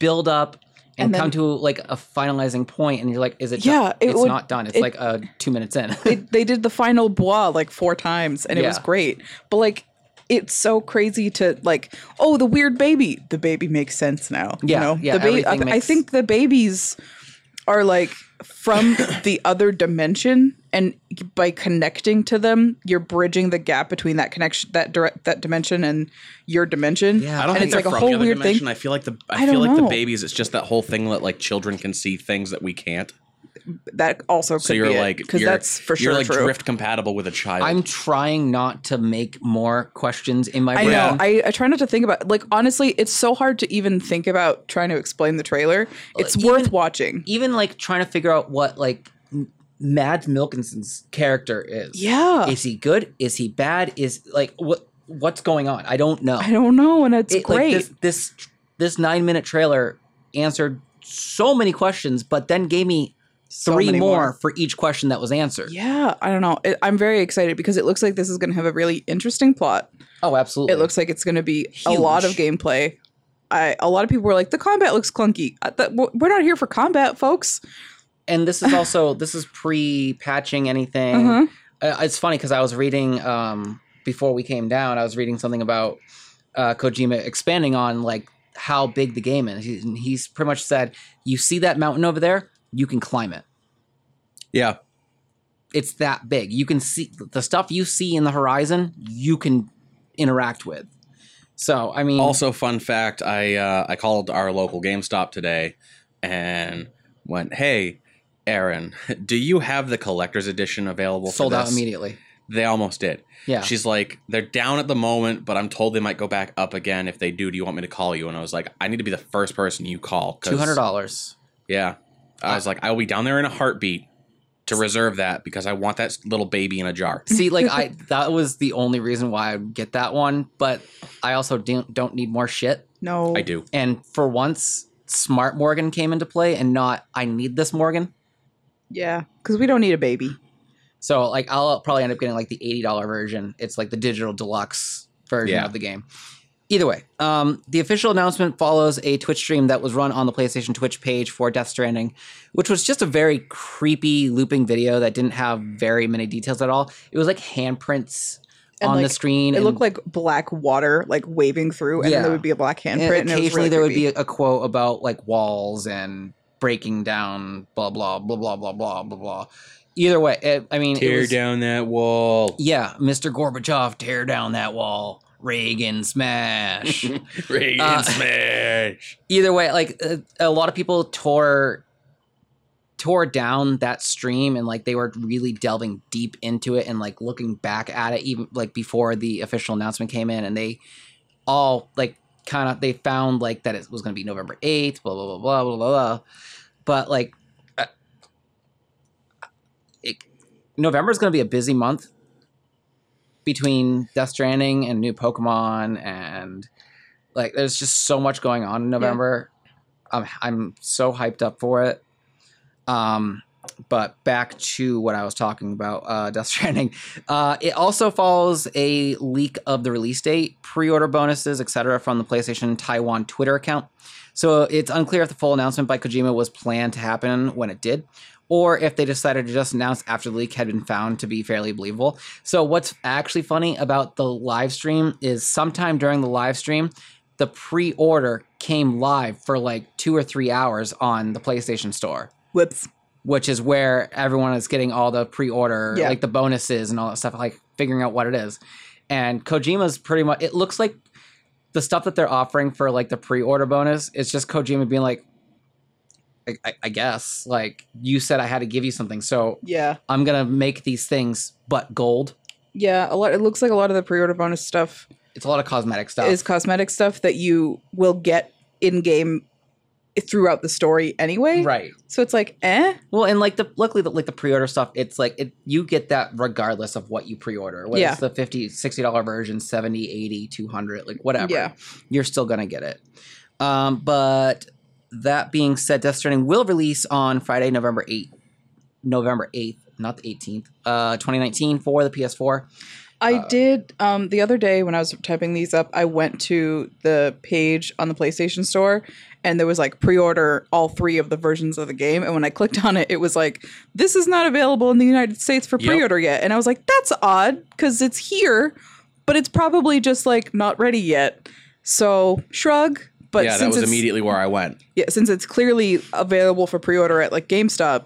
build up and,
And then-
come to like a finalizing point, and you're like, is it done?
Yeah, it
it's
would-
not done. It's
it-
like uh, two minutes in.
they, they did the final bois like four times and it was
Yeah.
great but like it's so crazy to like oh the weird baby the baby makes sense now
Yeah,
you know
yeah,
the baby
everything
I
makes-
think the babies are like from [COUGHS] the other dimension and by connecting to them you're bridging the gap between that connection that direct that dimension and your dimension
Yeah.
I don't
and
think
it's like
they're
a
from
whole
the other
weird
dimension.
thing
I feel like the
I
I, feel
don't
like the
know.
babies. It's just that whole thing that like children can see things that we can't.
that also could
So you're
be
like
because
you're-
that's for
you're
sure
like
true
drift compatible with a child.
[LAUGHS] I'm trying not to make more questions in my
I
brain.
know. I, I try not to think about like honestly, it's so hard to even think about trying to explain the trailer. It's
even-
worth watching.
Even like trying to figure out what like M- Mads Milkinson's character is.
Yeah.
Is he good? Is he bad? Is like what what's going on? I don't know.
I don't know, and it's
It- like,
great.
this, this this nine minute trailer answered so many questions, but then gave me
So
three
many
more, for each question that was answered.
Yeah, I don't know. It, I'm very excited because it looks like this is going to have a really interesting plot.
Oh, absolutely.
It looks like it's going to be a lot of gameplay. Uh, I a lot of people were like the combat looks clunky. I, that, we're not here for combat, folks.
and this is also this is pre-patching anything.
Uh-huh.
Uh, it's funny because I was reading um, before we came down. I was reading something about uh, Kojima expanding on like how big the game is. He, and he's pretty much said, "You see that mountain over there? You can climb it.
Yeah.
It's that big. You can see the stuff you see in the horizon. You can interact with." So I mean,
Also, fun fact: I uh, I called our local GameStop today and went, "Hey, Aaron, do you have the collector's edition available?" for
sold out
this?"
immediately.
They almost did.
Yeah.
She's like, "They're down at the moment, but I'm told they might go back up again. If they do, do you want me to call you?" And I was like, "I need to be the first person you call." 'cause-
Two hundred dollars.
Yeah. I was like, "I will be down there in a heartbeat." To reserve that because I want that little baby in a jar.
See, like I, [LAUGHS] that was the only reason why I would get that one. But I also don't don't need more shit.
No.
I do.
And for once, smart Morgan came into play, and not I need this Morgan.
Yeah, because we don't need a baby.
So like I'll probably end up getting like the eighty dollar version. It's like the digital deluxe version
Yeah.
of the game. Either way, um, the official announcement follows a Twitch stream that was run on the PlayStation Twitch page for Death Stranding, which was just a very creepy looping video that didn't have very many details at all. It was like handprints
And,
on the
like,
screen.
It
and-
looked like black water, like waving through, and
Mm. Yeah.
then there would be a black
And
handprint. And
occasionally
it was really
there
creepy.
would be a, a quote about like walls and breaking down blah blah blah blah blah blah blah blah. Either way, it, I mean, it
Tear
was-
down that wall.
Yeah, Mr. Gorbachev, tear down that wall. Reagan, [LAUGHS] smash.
Reagan
Uh,
smash.
Either way, like a, a lot of people tore tore down that stream and like they were really delving deep into it and like looking back at it even like before the official announcement came in and they all like kind of they found like that it was going to be November 8th blah blah blah blah blah blah, blah. but like uh, it, November is going to be a busy month between Death Stranding and new Pokemon and like there's just so much going on in November I'm, I'm so hyped up for it um, but back to what I was talking about, uh, [LAUGHS] Death Stranding. Uh, it also follows a leak of the release date, pre-order bonuses, etc., from the PlayStation Taiwan Twitter account. So it's unclear if the full announcement by Kojima was planned to happen when it did, or if they decided to just announce after the leak had been found to be fairly believable. So what's actually funny about the live stream is sometime during the live stream, the pre-order came live for like two or three hours on the PlayStation Store
Whoops.
which is where everyone is getting all the pre-order,
Yeah.
like the bonuses and all that stuff, like figuring out what it is. And Kojima's pretty much it looks like the stuff that they're offering for like the pre-order bonus, it's just Kojima being like, I, I, I guess, like you said I had to give you something, so
Yeah.
I'm gonna make these things but gold.
Yeah. A lot. It looks like a lot of the pre-order bonus stuff
It's a lot of cosmetic stuff.
is cosmetic stuff that you will get in game throughout the story anyway.
right.
So it's like, eh.
Well, and like the luckily the like the pre-order stuff, it's like it you get that regardless of what you pre-order. Whether
Yeah.
it's the 50 60 dollar version, 70, 80, 200, like whatever.
Yeah.
You're still going to get it. Um but that being said, Death Stranding will release on Friday, November 8th. November 8th, not the 18th. Uh 2019 for the PS4.
I
Uh,
did um, the other day when I was typing these up. I went to the page on the PlayStation Store, and there was like pre-order all three of the versions of the game. And when I clicked on it, it was like, "This is not available in the United States for
Yep.
pre-order yet." And I was like, "That's odd because it's here, but it's probably just like not ready yet." So shrug. But
yeah, that
since
was
it's,
immediately where I went.
yeah, since it's clearly available for pre-order at like GameStop,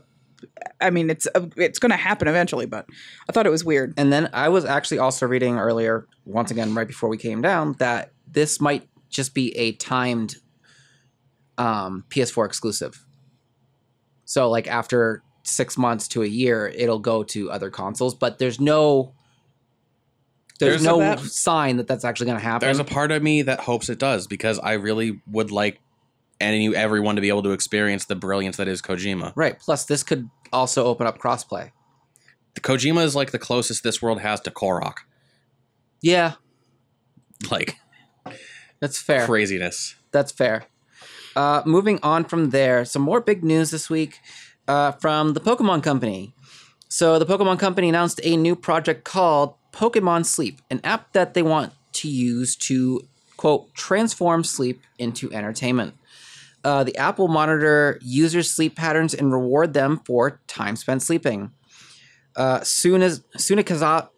I mean, it's uh, it's going to happen eventually. But I thought it was weird.
And then I was actually also reading earlier, once again, right before we came down, that this might just be a timed um, PS4 exclusive. So, like, after six months to a year, it'll go to other consoles, but there's no. There's,
There's
no
that-
sign that that's actually going to happen.
There's a part of me that hopes it does because I really would like any everyone to be able to experience the brilliance that is Kojima.
right. Plus, this could also open up crossplay.
Kojima is like the closest this world has to Korok. [LAUGHS]
Yeah,
Like
that's fair.
craziness.
That's fair. Uh, moving on from there, some more big news this week uh, from the Pokemon Company. So, the Pokemon Company announced a new project called Pokemon Sleep, an app that they want to use to, quote, transform sleep into entertainment. uh, the app will monitor users' sleep patterns and reward them for time spent sleeping. Uh, Suna, Sunekaza,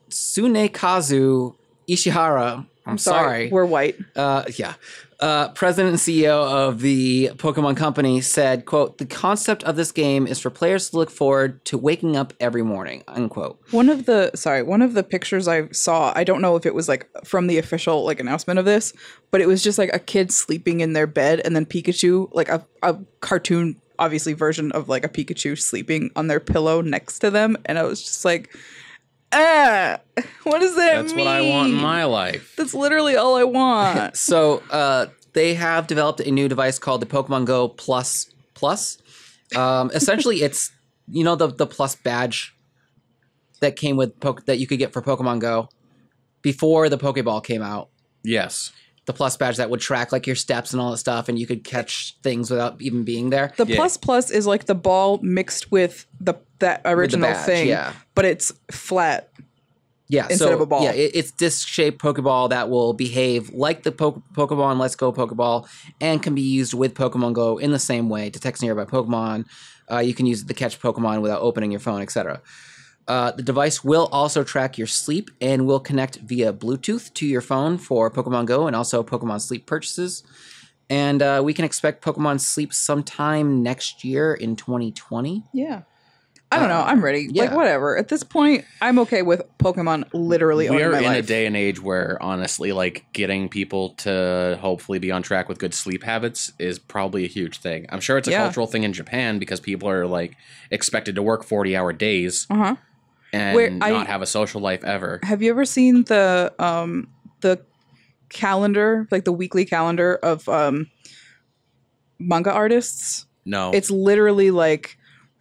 Sunekazu Ishihara, I'm, sorry,
We're white.
uh, yeah, uh, president and CEO of the Pokemon Company said, "quote The concept of this game is for players to look forward to waking up every morning." Unquote.
One of the sorry, one of the pictures I saw, I don't know if it was like from the official like announcement of this, but it was just like a kid sleeping in their bed and then Pikachu, like a, a cartoon obviously version of like a Pikachu sleeping on their pillow next to them and I was just like ah, what does that
That's
mean?
what I want in my life.
That's literally all
[LAUGHS]
I want.
So uh, they have developed a new device called the Pokemon Go Plus Plus. Um, essentially, [LAUGHS] it's you know the the plus badge that came with Poke that you could get for Pokemon Go before the Pokeball came out.
Yes.
The plus badge that would track like your steps and all that stuff, and you could catch things without even being there.
The
Yeah.
plus plus is like the ball mixed with the that original
badge,
thing,
yeah.
but it's flat.
Yeah,
instead
so,
of a ball.
Yeah, it, it's disc shaped Pokeball that will behave like the po- Pokemon Let's Go Pokeball and can be used with Pokemon Go in the same way. Detects nearby Pokemon. Uh, you can use it to catch Pokemon without opening your phone, etc. Uh, the device will also track your sleep and will connect via Bluetooth to your phone for Pokemon Go and also Pokemon Sleep purchases. And uh, we can expect Pokemon Sleep sometime next year in 2020.
Yeah. I don't
Um,
know. I'm ready. Like
yeah.
whatever. At this point, I'm okay with Pokemon literally
We
owning
are
my
in a
life.
day and age where, honestly, like getting people to hopefully be on track with good sleep habits is probably a huge thing. I'm sure it's a
Yeah.
cultural thing in Japan because people are like expected to work 40 hour days
Uh-huh.
and
Where
not
I-
have a social life ever.
Have you ever seen the um the calendar, like the weekly calendar of um manga artists?
No.
It's literally like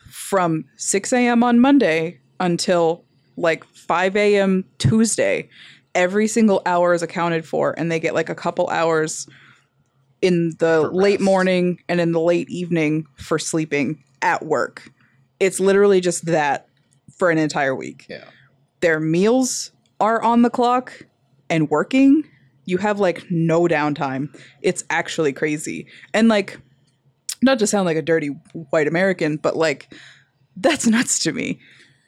from 6 a.m. on Monday until like 5 a.m. Tuesday. Every single hour is accounted for, and they get like a couple hours in the
For
late
rest.
morning and in the late evening for sleeping at work. It's literally just that for an entire week.
Yeah.
Their meals are on the clock and working. You have like no downtime. It's actually crazy. And like, not to sound like a dirty white American, but like, that's [LAUGHS] nuts to me.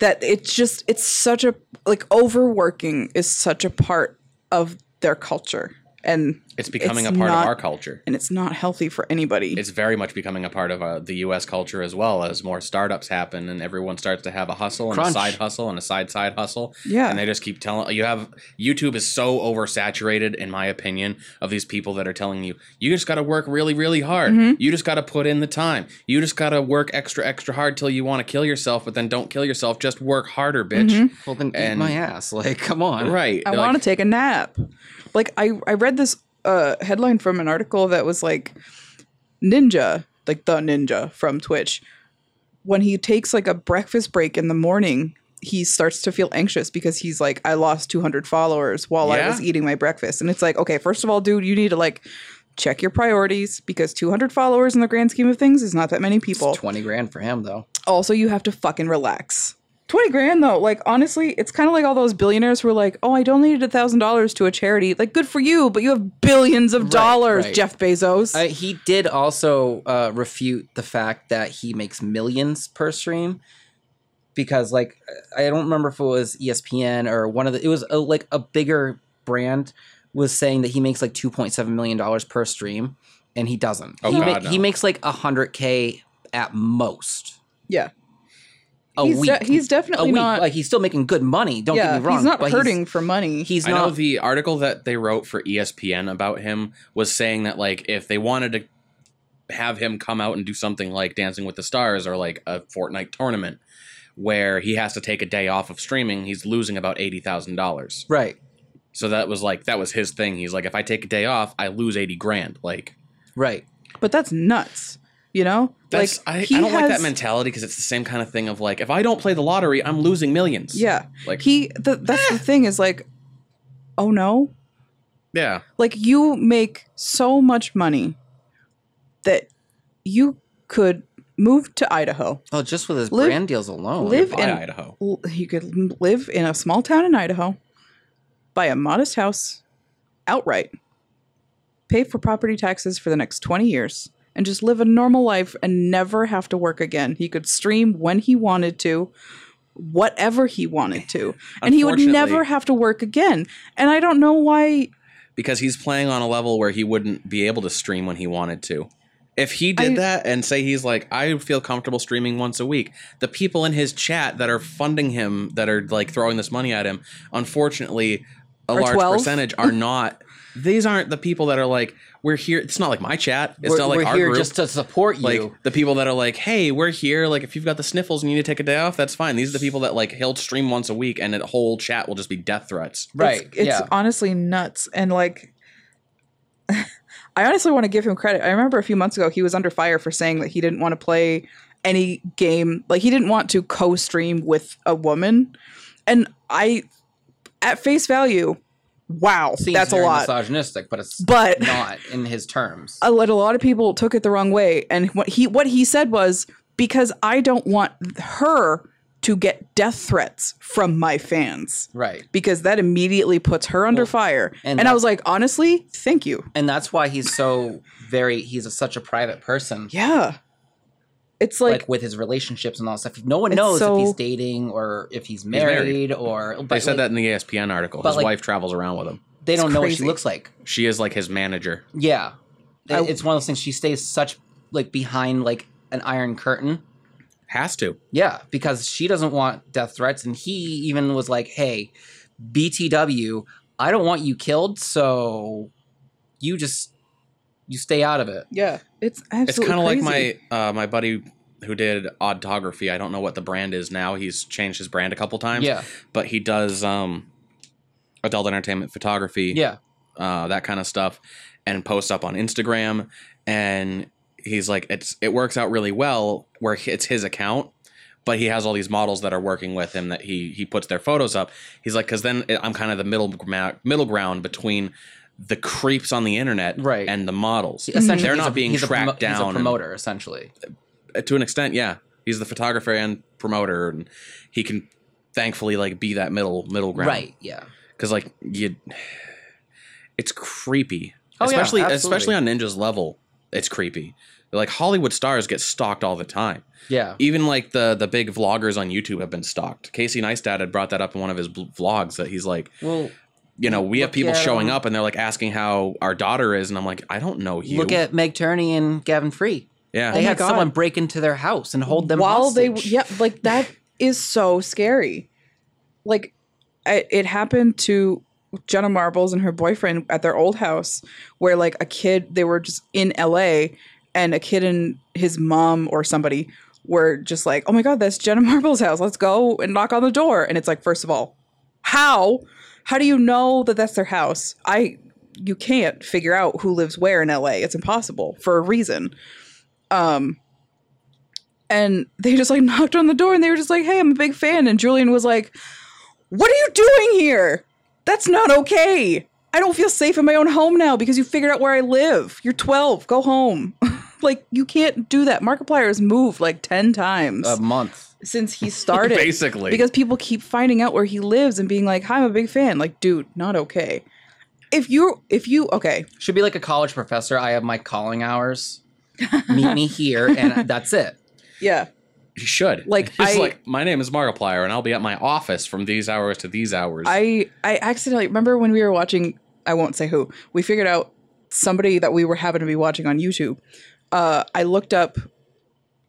That it's just, it's such a, like, overworking is such a part of their culture. And
It's becoming
it's
a part
not-
of our culture.
and it's not healthy for anybody.
It's very much becoming a part of uh, the U.S. culture as well as more startups happen and everyone starts to have a hustle and
Crunch.
a side hustle and a side side hustle.
Yeah.
and they just keep telling you have YouTube is so oversaturated, in my opinion, of these people that are telling you you just got to work really, really hard.
Mm-hmm.
You just got to put in the time. You just got to work extra, extra hard till you want to kill yourself, but then don't kill yourself. Just work harder, bitch.
Well, then eat
And-
my ass. Like, come on.
Right?
Mm-hmm. I
Like,
want to take a nap. Like I, I read this uh, headline from an article that was like Ninja, like the Ninja from Twitch. When he takes like a breakfast break in the morning, he starts to feel anxious because he's like, I lost 200 followers while I
Yeah.
was eating my breakfast, and it's like, okay, first of all, dude, you need to like check your priorities because 200 followers in the grand scheme of things is not that many people.
20 grand for him, though.
also you have to fucking relax. 20 grand though, like honestly, it's kind of like all those billionaires who are like, oh, I donated a thousand dollars to a charity. Like, good for you, but you have billions of dollars,
right.
Jeff Bezos.
Uh, he did also uh, refute the fact that he makes millions per stream because, like, I don't remember if it was E ESPN or one of the. It was a, like a bigger brand was saying that he makes like two point seven million dollars per stream, and he doesn't.
Oh,
he,
God,
he
no.
makes like hundred k at most
yeah.
a
he's,
week.
de- he's
a
definitely
week.
not,
like he's still making good money. Don't
yeah,
get me wrong.
he's not
but
hurting for money.
He's, he's
I know
not.
the article that they wrote for E ESPN about him was saying that like if they wanted to have him come out and do something like Dancing with the Stars or like a Fortnite tournament where he has to take a day off of streaming, he's losing about eighty thousand dollars.
right.
So that was like that was his thing. He's like, if I take a day off, I lose eighty grand. Like
Right.
but that's nuts, you know?
that's
like,
I,
he
I don't like that
has-
mentality because it's the same kind of thing of like if I don't play the lottery, I'm losing millions.
Yeah.
Like
He, the, that's
eh.
the thing is like, oh no,
yeah,
like you make so much money that you could move to Idaho.
Oh, just with his
Live-
brand deals alone.
live
buy
in
Idaho.
l- you could l- live in a small town in Idaho, buy a modest house outright, pay for property taxes for the next 20 years, and just live a normal life and never have to work again. He could stream when he wanted to, whatever he wanted to, and he would never
Unfortunately-
have to work again. And I don't know why.
because he's playing on a level where he wouldn't be able to stream when he wanted to. If he did
I-
that and say he's like, I feel comfortable streaming once a week, the people in his chat that are funding him, that are like throwing this money at him, unfortunately, a
Are
large
12.
percentage
[LAUGHS]
are not. These aren't the people that are like, we're here. It's not like my chat. It's
we're
not like
we're
our
here
group.
just to support you.
like the people that are like, hey, we're here. Like, if you've got the sniffles and you need to take a day off, that's fine. These are the people that like he'll stream once a week, and a whole chat will just be death threats.
right.
It's, it's
yeah.
honestly nuts. And like, [LAUGHS] I honestly want to give him credit. I remember a few months ago he was under fire for saying that he didn't want to play any game. Like he didn't want to co-stream with a woman. And I, at face value, wow,
Seems
that's a
very
lot.
misogynistic, but it's [LAUGHS]
But
not in his terms.
a lot, a lot of people took it the wrong way. And what he what he said was because I don't want her to get death threats from my fans
right.
because that immediately puts her under fire.
and
And, I
that-
was like, honestly, thank you.
And that's why he's so very he's a, such a private person.
Yeah. It's
Like,
like,
with his relationships and all that stuff. No one
It's
knows
so-
if he's dating or if he's married,
married.
or but
They said
like,
that in the E ESPN article.
but,
His
like-
wife travels around with him.
they don't know what she
crazy.
looks like.
She is like his manager.
Yeah. It-
I-
it's one of those things she stays such like behind like an iron curtain.
Has to.
Yeah, because she doesn't want death threats and he even was like, "Hey, BTW, I don't want you killed, so you just you stay out of it."
yeah, it's
It's
absolutely
kind of like
crazy.
my uh, my buddy who did oddography. I don't know what the brand is now. He's changed his brand a couple times.
Yeah.
but he does um, adult entertainment photography.
Yeah.
uh, that kind of stuff, and posts up on Instagram. And he's like, it's it works out really well where he- it's his account. But he has all these models that are working with him that he he puts their photos up. He's like, because then I'm kind of the middle gra- middle ground between the creeps on the internet
Right.
and the models.
Essentially,
They're
he's
not
a-
being
he's a
tracked
promo-
down.
He's a
and-
promoter, essentially.
to an extent, yeah. He's the photographer and promoter, and he can thankfully like be that middle middle ground,
Right. Yeah.
Because like you, it's creepy,
Oh, yeah,
especially
absolutely.
especially on Ninja's level. It's creepy. Like Hollywood stars get stalked all the time.
Yeah.
Even like the the big vloggers on YouTube have been stalked. Casey Neistat had brought that up in one of his bl- vlogs that he's like,
Well,
you know, we have
Look
people
at,
showing
um,
up and they're like asking how our daughter is, and I'm like, I don't know you.
look at Meg Turney and Gavin Free.
yeah,
They
Oh my
had
God.
someone break into their house and hold them
while they
hostage.
yeah like that is so scary like I, it happened to jenna marbles and her boyfriend at their old house where like a kid they were just in la and a kid and his mom or somebody were just like oh my god that's jenna [LAUGHS] marbles house let's go and knock on the door and it's like first of all how how do you know that that's their house i you can't figure out who lives where in la it's impossible for a reason um and they just like [LAUGHS] knocked on the door and they were just like, "Hey, I'm a big fan." And Julian was like, "What are you doing here? That's not okay. I don't feel safe in my own home now because you figured out where I live. You're 12. Go home." [LAUGHS] like you can't do that. Markiplier has moved like 10 times
a month.
since he started
basically
because people keep finding out where he lives and being like, "Hi, I'm a big fan." Like, dude, not okay. If you if you okay,
Should be like a college professor. I have my calling hours. Meet
[LAUGHS]
me here, and that's it.
yeah.
You should. [LAUGHS]
Like,
Just
I-
like my name is Markiplier, and I'll be at my office from these hours to these hours.
I I accidentally remember when we were watching. I won't say who. We figured out somebody that we were having to be watching on YouTube. Uh, I looked up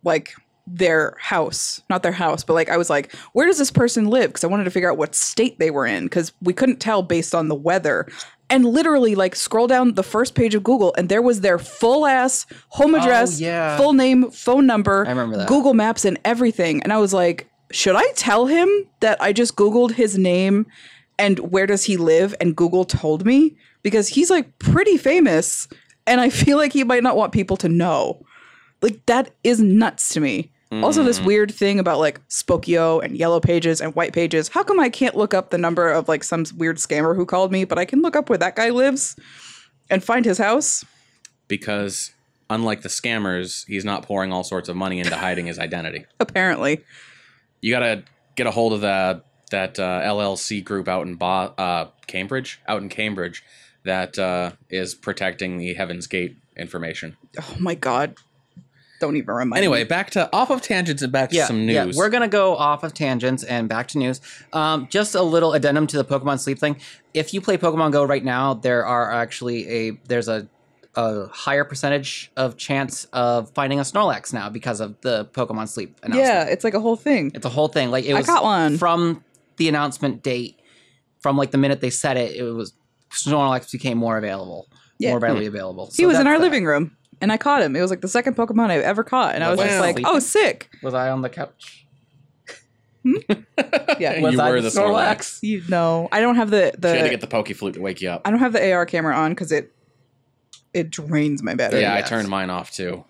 like their house, not their house, but like I was like, where does this person live? Because I wanted to figure out what state they were in because we couldn't tell based on the weather. And literally, like, scroll down the first page of Google, and there was their full ass home address,
yeah.
full name, phone number,
I remember that.
Google Maps, and everything. And I was like, should I tell him that I just Googled his name and where does he live? And Google told me because he's like pretty famous, and I [LAUGHS] feel like he might not want people to know like that is nuts to me. Also,
Mm.
this weird thing about like Spokio and Yellow Pages and White Pages. How come I can't look up the number of like some weird scammer who called me, but I can look up where that guy lives and find his house?
because unlike the scammers, he's not pouring all sorts of money into hiding his identity.
Apparently,
You gotta get a hold of that that uh, LLC group out in Bo- uh, Cambridge, out in Cambridge, that uh, is protecting the Heaven's Gate information.
Oh my god. Don't even remind
Anyway,
me.
back to off of tangents and back to some news.
we're gonna go off of tangents and back to news. Um, just a little addendum to the Pokemon Sleep thing. If you play Pokemon Go right now, there are actually a there's a a higher percentage of chance of finding a Snorlax now because of the Pokemon Sleep announcement.
Yeah, it's like a whole thing.
It's a whole thing. Like it
I
was
got one.
from the announcement date, from like the minute they said it, it was Snorlax became more available,
Yeah.
more readily
Hmm.
available.
He
So
was in
that's
our
that.
living room and I caught him. It was like the second Pokemon I've ever caught. And I was
Wow.
just like,
[LAUGHS]
oh, sick.
Was I on the couch?
Yeah.
You
Was I
were the Snorlax.
You know, I don't have the,
She had to
the,
get the pokey flute to wake you up.
I don't have the AR camera on because it it drains my battery.
yeah, I
yes.
turned mine off too.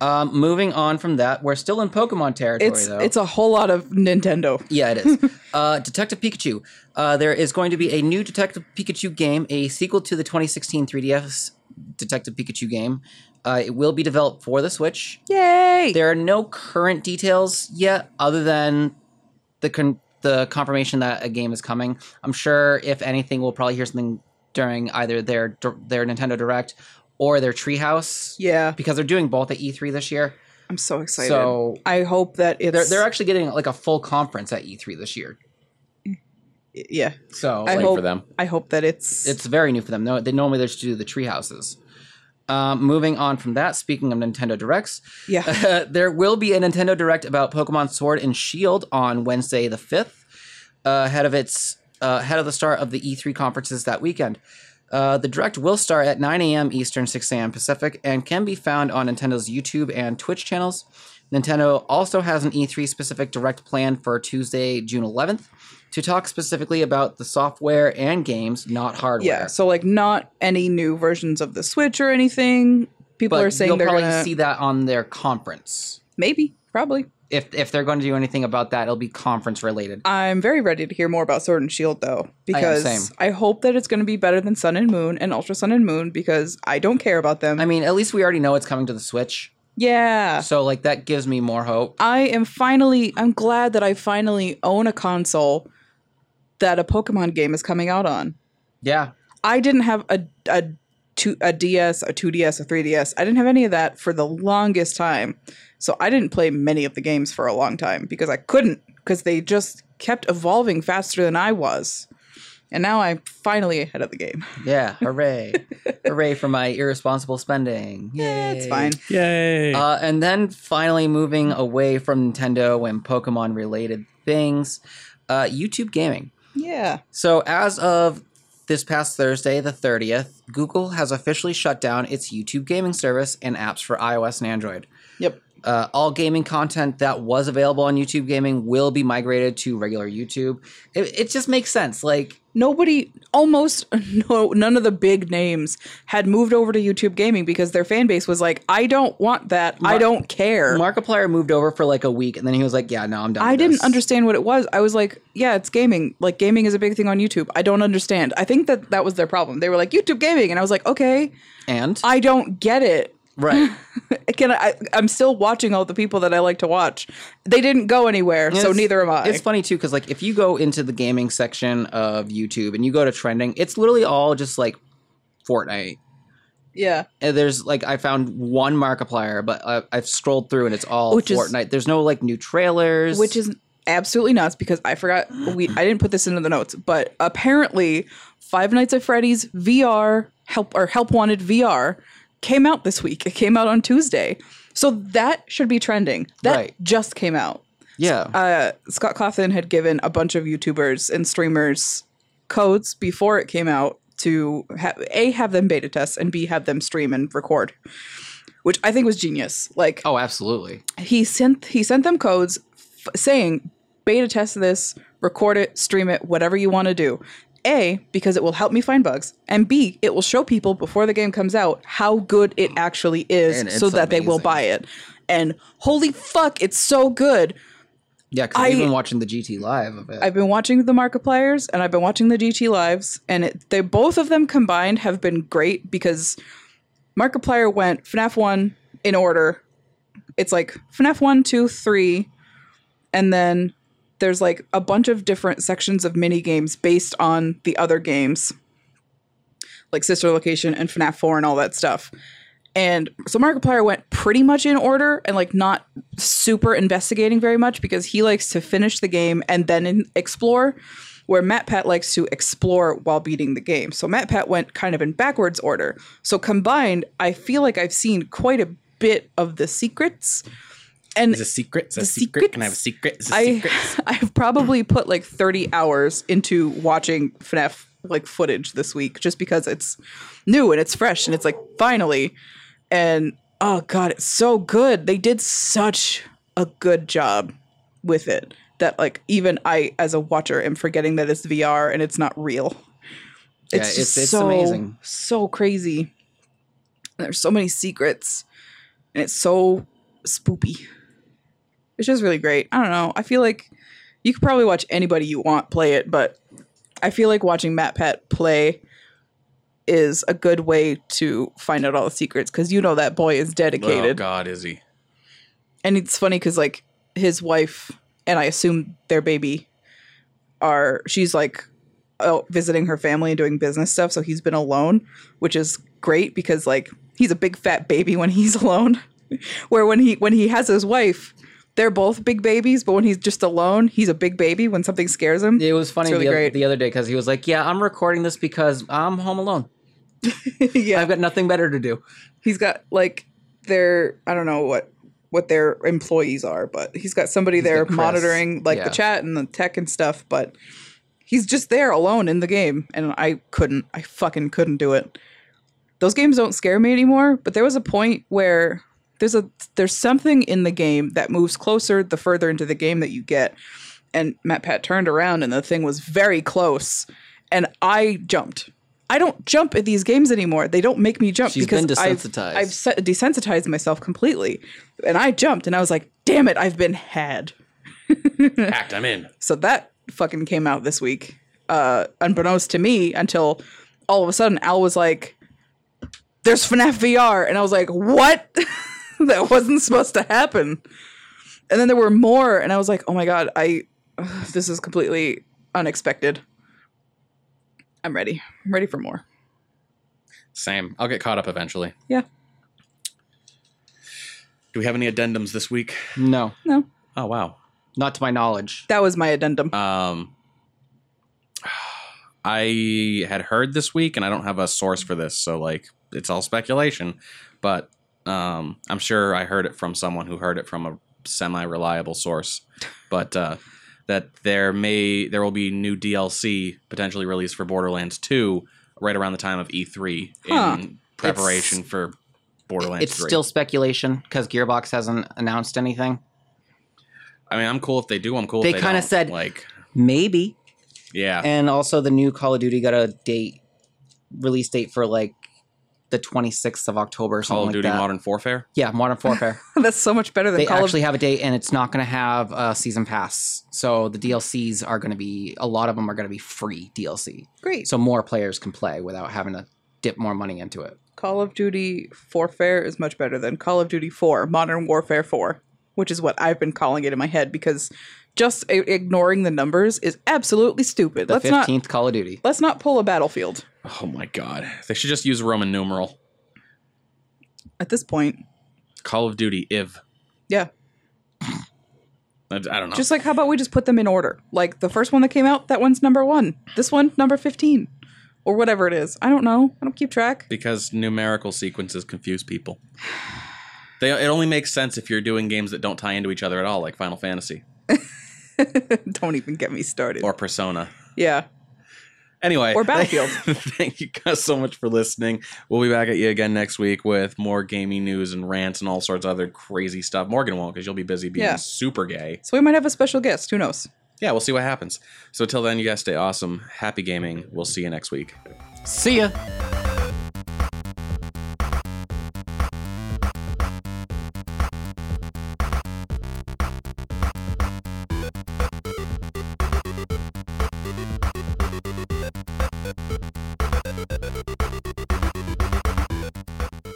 Um, moving on from that, we're still in Pokemon territory.
It's
though.
it's a whole lot of Nintendo.
Yeah, it
[LAUGHS]
is. uh, Detective Pikachu. Uh, there is going to be a new Detective Pikachu game, a sequel to the 2016 3DS Detective Pikachu game. Uh, it will be developed for the Switch.
Yay!
There are no current details yet, other than the con- the confirmation that a game is coming. I'm sure, if anything, we'll probably hear something during either their their Nintendo Direct or their Treehouse
yeah,
because they're doing both at E3 this year.
I'm so excited.
So
I hope that it's
they're they're actually getting like a full conference at E3 this year.
yeah.
So
I
like,
Wait
hope-
for them.
I hope that it's
it's very new for them. No, they normally they just do the tree houses. Um, moving on from that, speaking of Nintendo Directs,
yeah.
[LAUGHS] there will be a Nintendo Direct about Pokemon Sword and Shield on Wednesday the fifth, uh, ahead of its uh, ahead of the start of the E3 conferences that weekend. Uh, the direct will start at 9 a.m. Eastern, 6 a.m. Pacific, and can be found on Nintendo's YouTube and Twitch channels. Nintendo also has an E3 specific direct plan for Tuesday, June 11th, to talk specifically about the software and games, not hardware.
Yeah, so like not any new versions of the Switch or anything. People
but
are saying
you'll
they're
probably
gonna
see that on their conference.
maybe, probably.
If if they're going to do anything about that, it'll be conference related.
I'm very ready to hear more about Sword and Shield though, because
same.
I, hope that it's gonna be better than Sun and Moon and Ultra Sun and Moon because I don't care about them.
I mean, at least we already know it's coming to the Switch,
yeah.
so like that gives me more hope.
I am finally I'm glad that I finally own a console that a Pokemon game is coming out on.
Yeah,
I didn't have a a two a DS, a 2DS, a 3DS. I didn't have any of that for the longest time. So I didn't play many of the games for a long time because I couldn't because they just kept evolving faster than I was. And now I'm finally ahead of the game. [LAUGHS]
yeah, hooray, hooray for my irresponsible spending.
Yeah, it's
Yay.
fine.
Yay!
Uh, and then finally moving away from Nintendo and Pokemon related things, uh, YouTube gaming.
Yeah.
So as of this past Thursday, the 30th, Google has officially shut down its YouTube gaming service and apps for iOS and Android.
Yep.
Uh, all gaming content that was available on YouTube Gaming will be migrated to regular YouTube. It, it just makes sense. Like,
Nobody almost [LAUGHS] no none of the big names had moved over to YouTube gaming because their fan base was like, I don't want that. I don't care.
Markiplier moved over for like a week, and then he was like, "Yeah, no, I'm done."
I
with
didn't
this."
understand what it was. I was like, yeah, it's gaming. Like gaming is a big thing on YouTube. I don't understand. I think that that was their problem. They were like YouTube gaming, and I was like, okay,
And
I don't get it.
[LAUGHS] right,
Can I, I? I'm still watching all the people that I like to watch. They didn't go anywhere, so
It's-
neither am I.
It's funny too because like if you go into the gaming section of YouTube and you go to trending, it's literally all just like Fortnite.
yeah,
And there's like I found one Markiplier, but I, I've scrolled through and it's all
Which is-
Fortnite. there's no like new trailers,
which is absolutely nuts because I forgot. We I didn't put this into the notes, but apparently, Five Nights at Freddy's VR help or Help Wanted VR came out this week. It came out on Tuesday, so that should be trending. That
Right.
just came out.
yeah,
uh, Scott Claflin had given a bunch of YouTubers and streamers codes before it came out to ha- a have them beta test and b have them stream and record, which I think was genius. Like
oh absolutely,
he sent he sent them codes f- saying beta test this, record it, stream it, whatever you want to do. A because it will help me find bugs, and B it will show people before the game comes out how good it actually is,
And it's
so that they will
amazing.
buy it. And holy fuck, it's so good!
yeah. Because I've
I-
been watching the GT live of it.
I've been watching the Markipliers and I've been watching the GT lives, and it, they both of them combined have been great because Markiplier went FNAF one in order. It's like FNAF one, two, three, and then there's like a bunch of different sections of mini games based on the other games, like Sister Location and FNAF four and all that stuff. And so Markiplier went pretty much in order and like not super investigating very much because he likes to finish the game and then in- explore, where MatPat likes to explore while beating the game. So MatPat went kind of in backwards order. So combined, I feel like I've seen quite a bit of the secrets. And
It's a secret. It's a
The
secret. Can I have a secret? It's a
I
secret.
[LAUGHS] I've probably put like 30 hours into watching FNAF like footage this week just because it's new and it's fresh and it's like finally and oh god it's so good. They did such a good job with it that like even I as a watcher am forgetting that it's VR and it's not real.
Yeah,
It's
it's-
just
it's
so
amazing.
so crazy. And there's so many secrets and it's so spoopy. It's just really great. I don't know. I feel like you could probably watch anybody you want play it, but I feel like watching Matt Pat play is a good way to find out all the secrets because you know that boy is
Oh
dedicated.
God, is he?
and it's funny because like his wife and I assume their baby are she's like out visiting her family and doing business stuff, so he's been alone, which is great because like he's a big fat baby when he's [LAUGHS] alone. Where when he when he has his wife, they're both big babies, but when he's just alone, he's a big baby when something scares him.
It was funny
really
the,
great.
the other day because he was like, "Yeah, I'm recording this because I'm home alone.
[LAUGHS] yeah.
I've got nothing better to do."
he's got like their I don't know what what their employees are, but he's got somebody there
got Chris.
monitoring like
Yeah.
the chat and the tech and stuff, but he's just there alone in the game and I couldn't I fucking couldn't do it. Those games don't scare me anymore, but there was a point where there's a there's something in the game that moves closer the further into the game that you get. And Matt Pat turned around and the thing was very close and I jumped. I don't jump at these games anymore. They don't make me jump
She's
because
been
I've-
desensitized.
I've se- desensitized myself completely. And I jumped and I was like, damn it, I've been had. [LAUGHS]
Act. I'm in.
So that fucking came out this week, uh, unbeknownst to me, until all of a sudden Al was like, there's FNAF VR. And I was like, what? [LAUGHS] that wasn't supposed to happen. And then there were more. And I was like, oh my God, I, [SIGHS] this is completely unexpected. I'm ready. I'm ready for more.
Same. I'll get caught up eventually.
Yeah.
Do we have any addendums this week?
No,
No,
Oh wow.
not to my knowledge.
that was my addendum. [LAUGHS]
Um, [SIGHS] I had heard this week, and I don't have a source for this, so like it's all speculation. But um, I'm sure I heard it from someone who heard it from a semi-reliable
[LAUGHS]
source. But uh, that there may there will be new DLC potentially released for Borderlands 2 right around the time of E3
Huh.
in preparation for Borderlands.
It's
3.
still speculation because Gearbox hasn't announced anything.
I mean, I'm cool if they do. I'm cool.
They
if They
kinda
don't.
said-
like,
Maybe.
yeah,
Uh, And also, the new Call of Duty got a date, release date for like the 26th of October or something
Call of
like
Duty
that.
Modern Warfare.
yeah, Modern Warfare.
That's so much better than
they
Call of
actually have a date, and it's not going to have a season pass. So the DLCs are going to be a lot of them are going to be free DLC,
Great.
so more players can play without having to dip more money into it.
Call of Duty Warfare is much better than Call of Duty 4, Modern Warfare 4, which is what I've been calling it in my head because just i- ignoring the numbers is absolutely stupid.
The
let's not
15th Call of Duty.
let's not pull a battlefield
Oh my god. They should just use Roman numeral.
at this point.
Call of Duty IV.
Yeah.
I, I don't know.
Just like how about we just put them in order? Like the first one that came out, that one's number 1. This one number 15 or whatever it is. I don't know. I don't keep track. [LAUGHS]
because numerical sequences confuse people. They, it only makes sense if you're doing games that don't tie into each other at all, like Final Fantasy
don't even get me started.
or Persona.
yeah.
Anyway,
Or Battlefield.
[LAUGHS] thank you guys so much for listening. We'll be back at you again next week with more gaming news and rants and all sorts of other crazy stuff. Morgan won't because you'll be busy being
Yeah.
super gay.
So we might have a special guest, who knows.
Yeah, we'll see what happens. So till then, you guys stay awesome. Happy gaming. We'll see you next week.
See ya.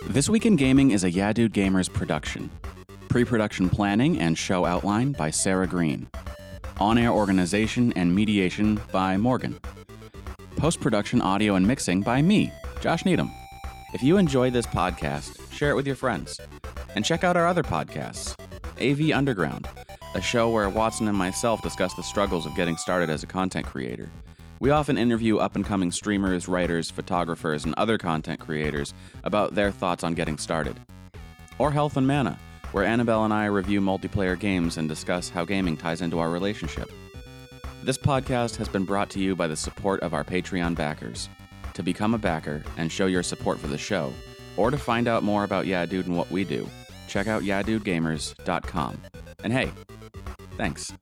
This Week in Gaming is a Yeah Dude Gamers production. Pre production planning and show outline by Sarah Green. On air organization and mediation by Morgan. Post production audio and mixing by me, Josh Needham. If you enjoy this podcast, share share it with your friends. And check out our other podcasts AV Underground, a show where Watson and myself discuss the struggles of getting started as a content creator. We often interview up and coming streamers, writers, photographers, and other content creators about their thoughts on getting started. Or Health and Mana, where Annabelle and I review multiplayer games and discuss how gaming ties into our relationship. This podcast has been brought to you by the support of our Patreon backers. To become a backer and show your support for the show, or to find out more about Yeah Dude and what we do, check out YaDudeGamers.com. And hey, thanks.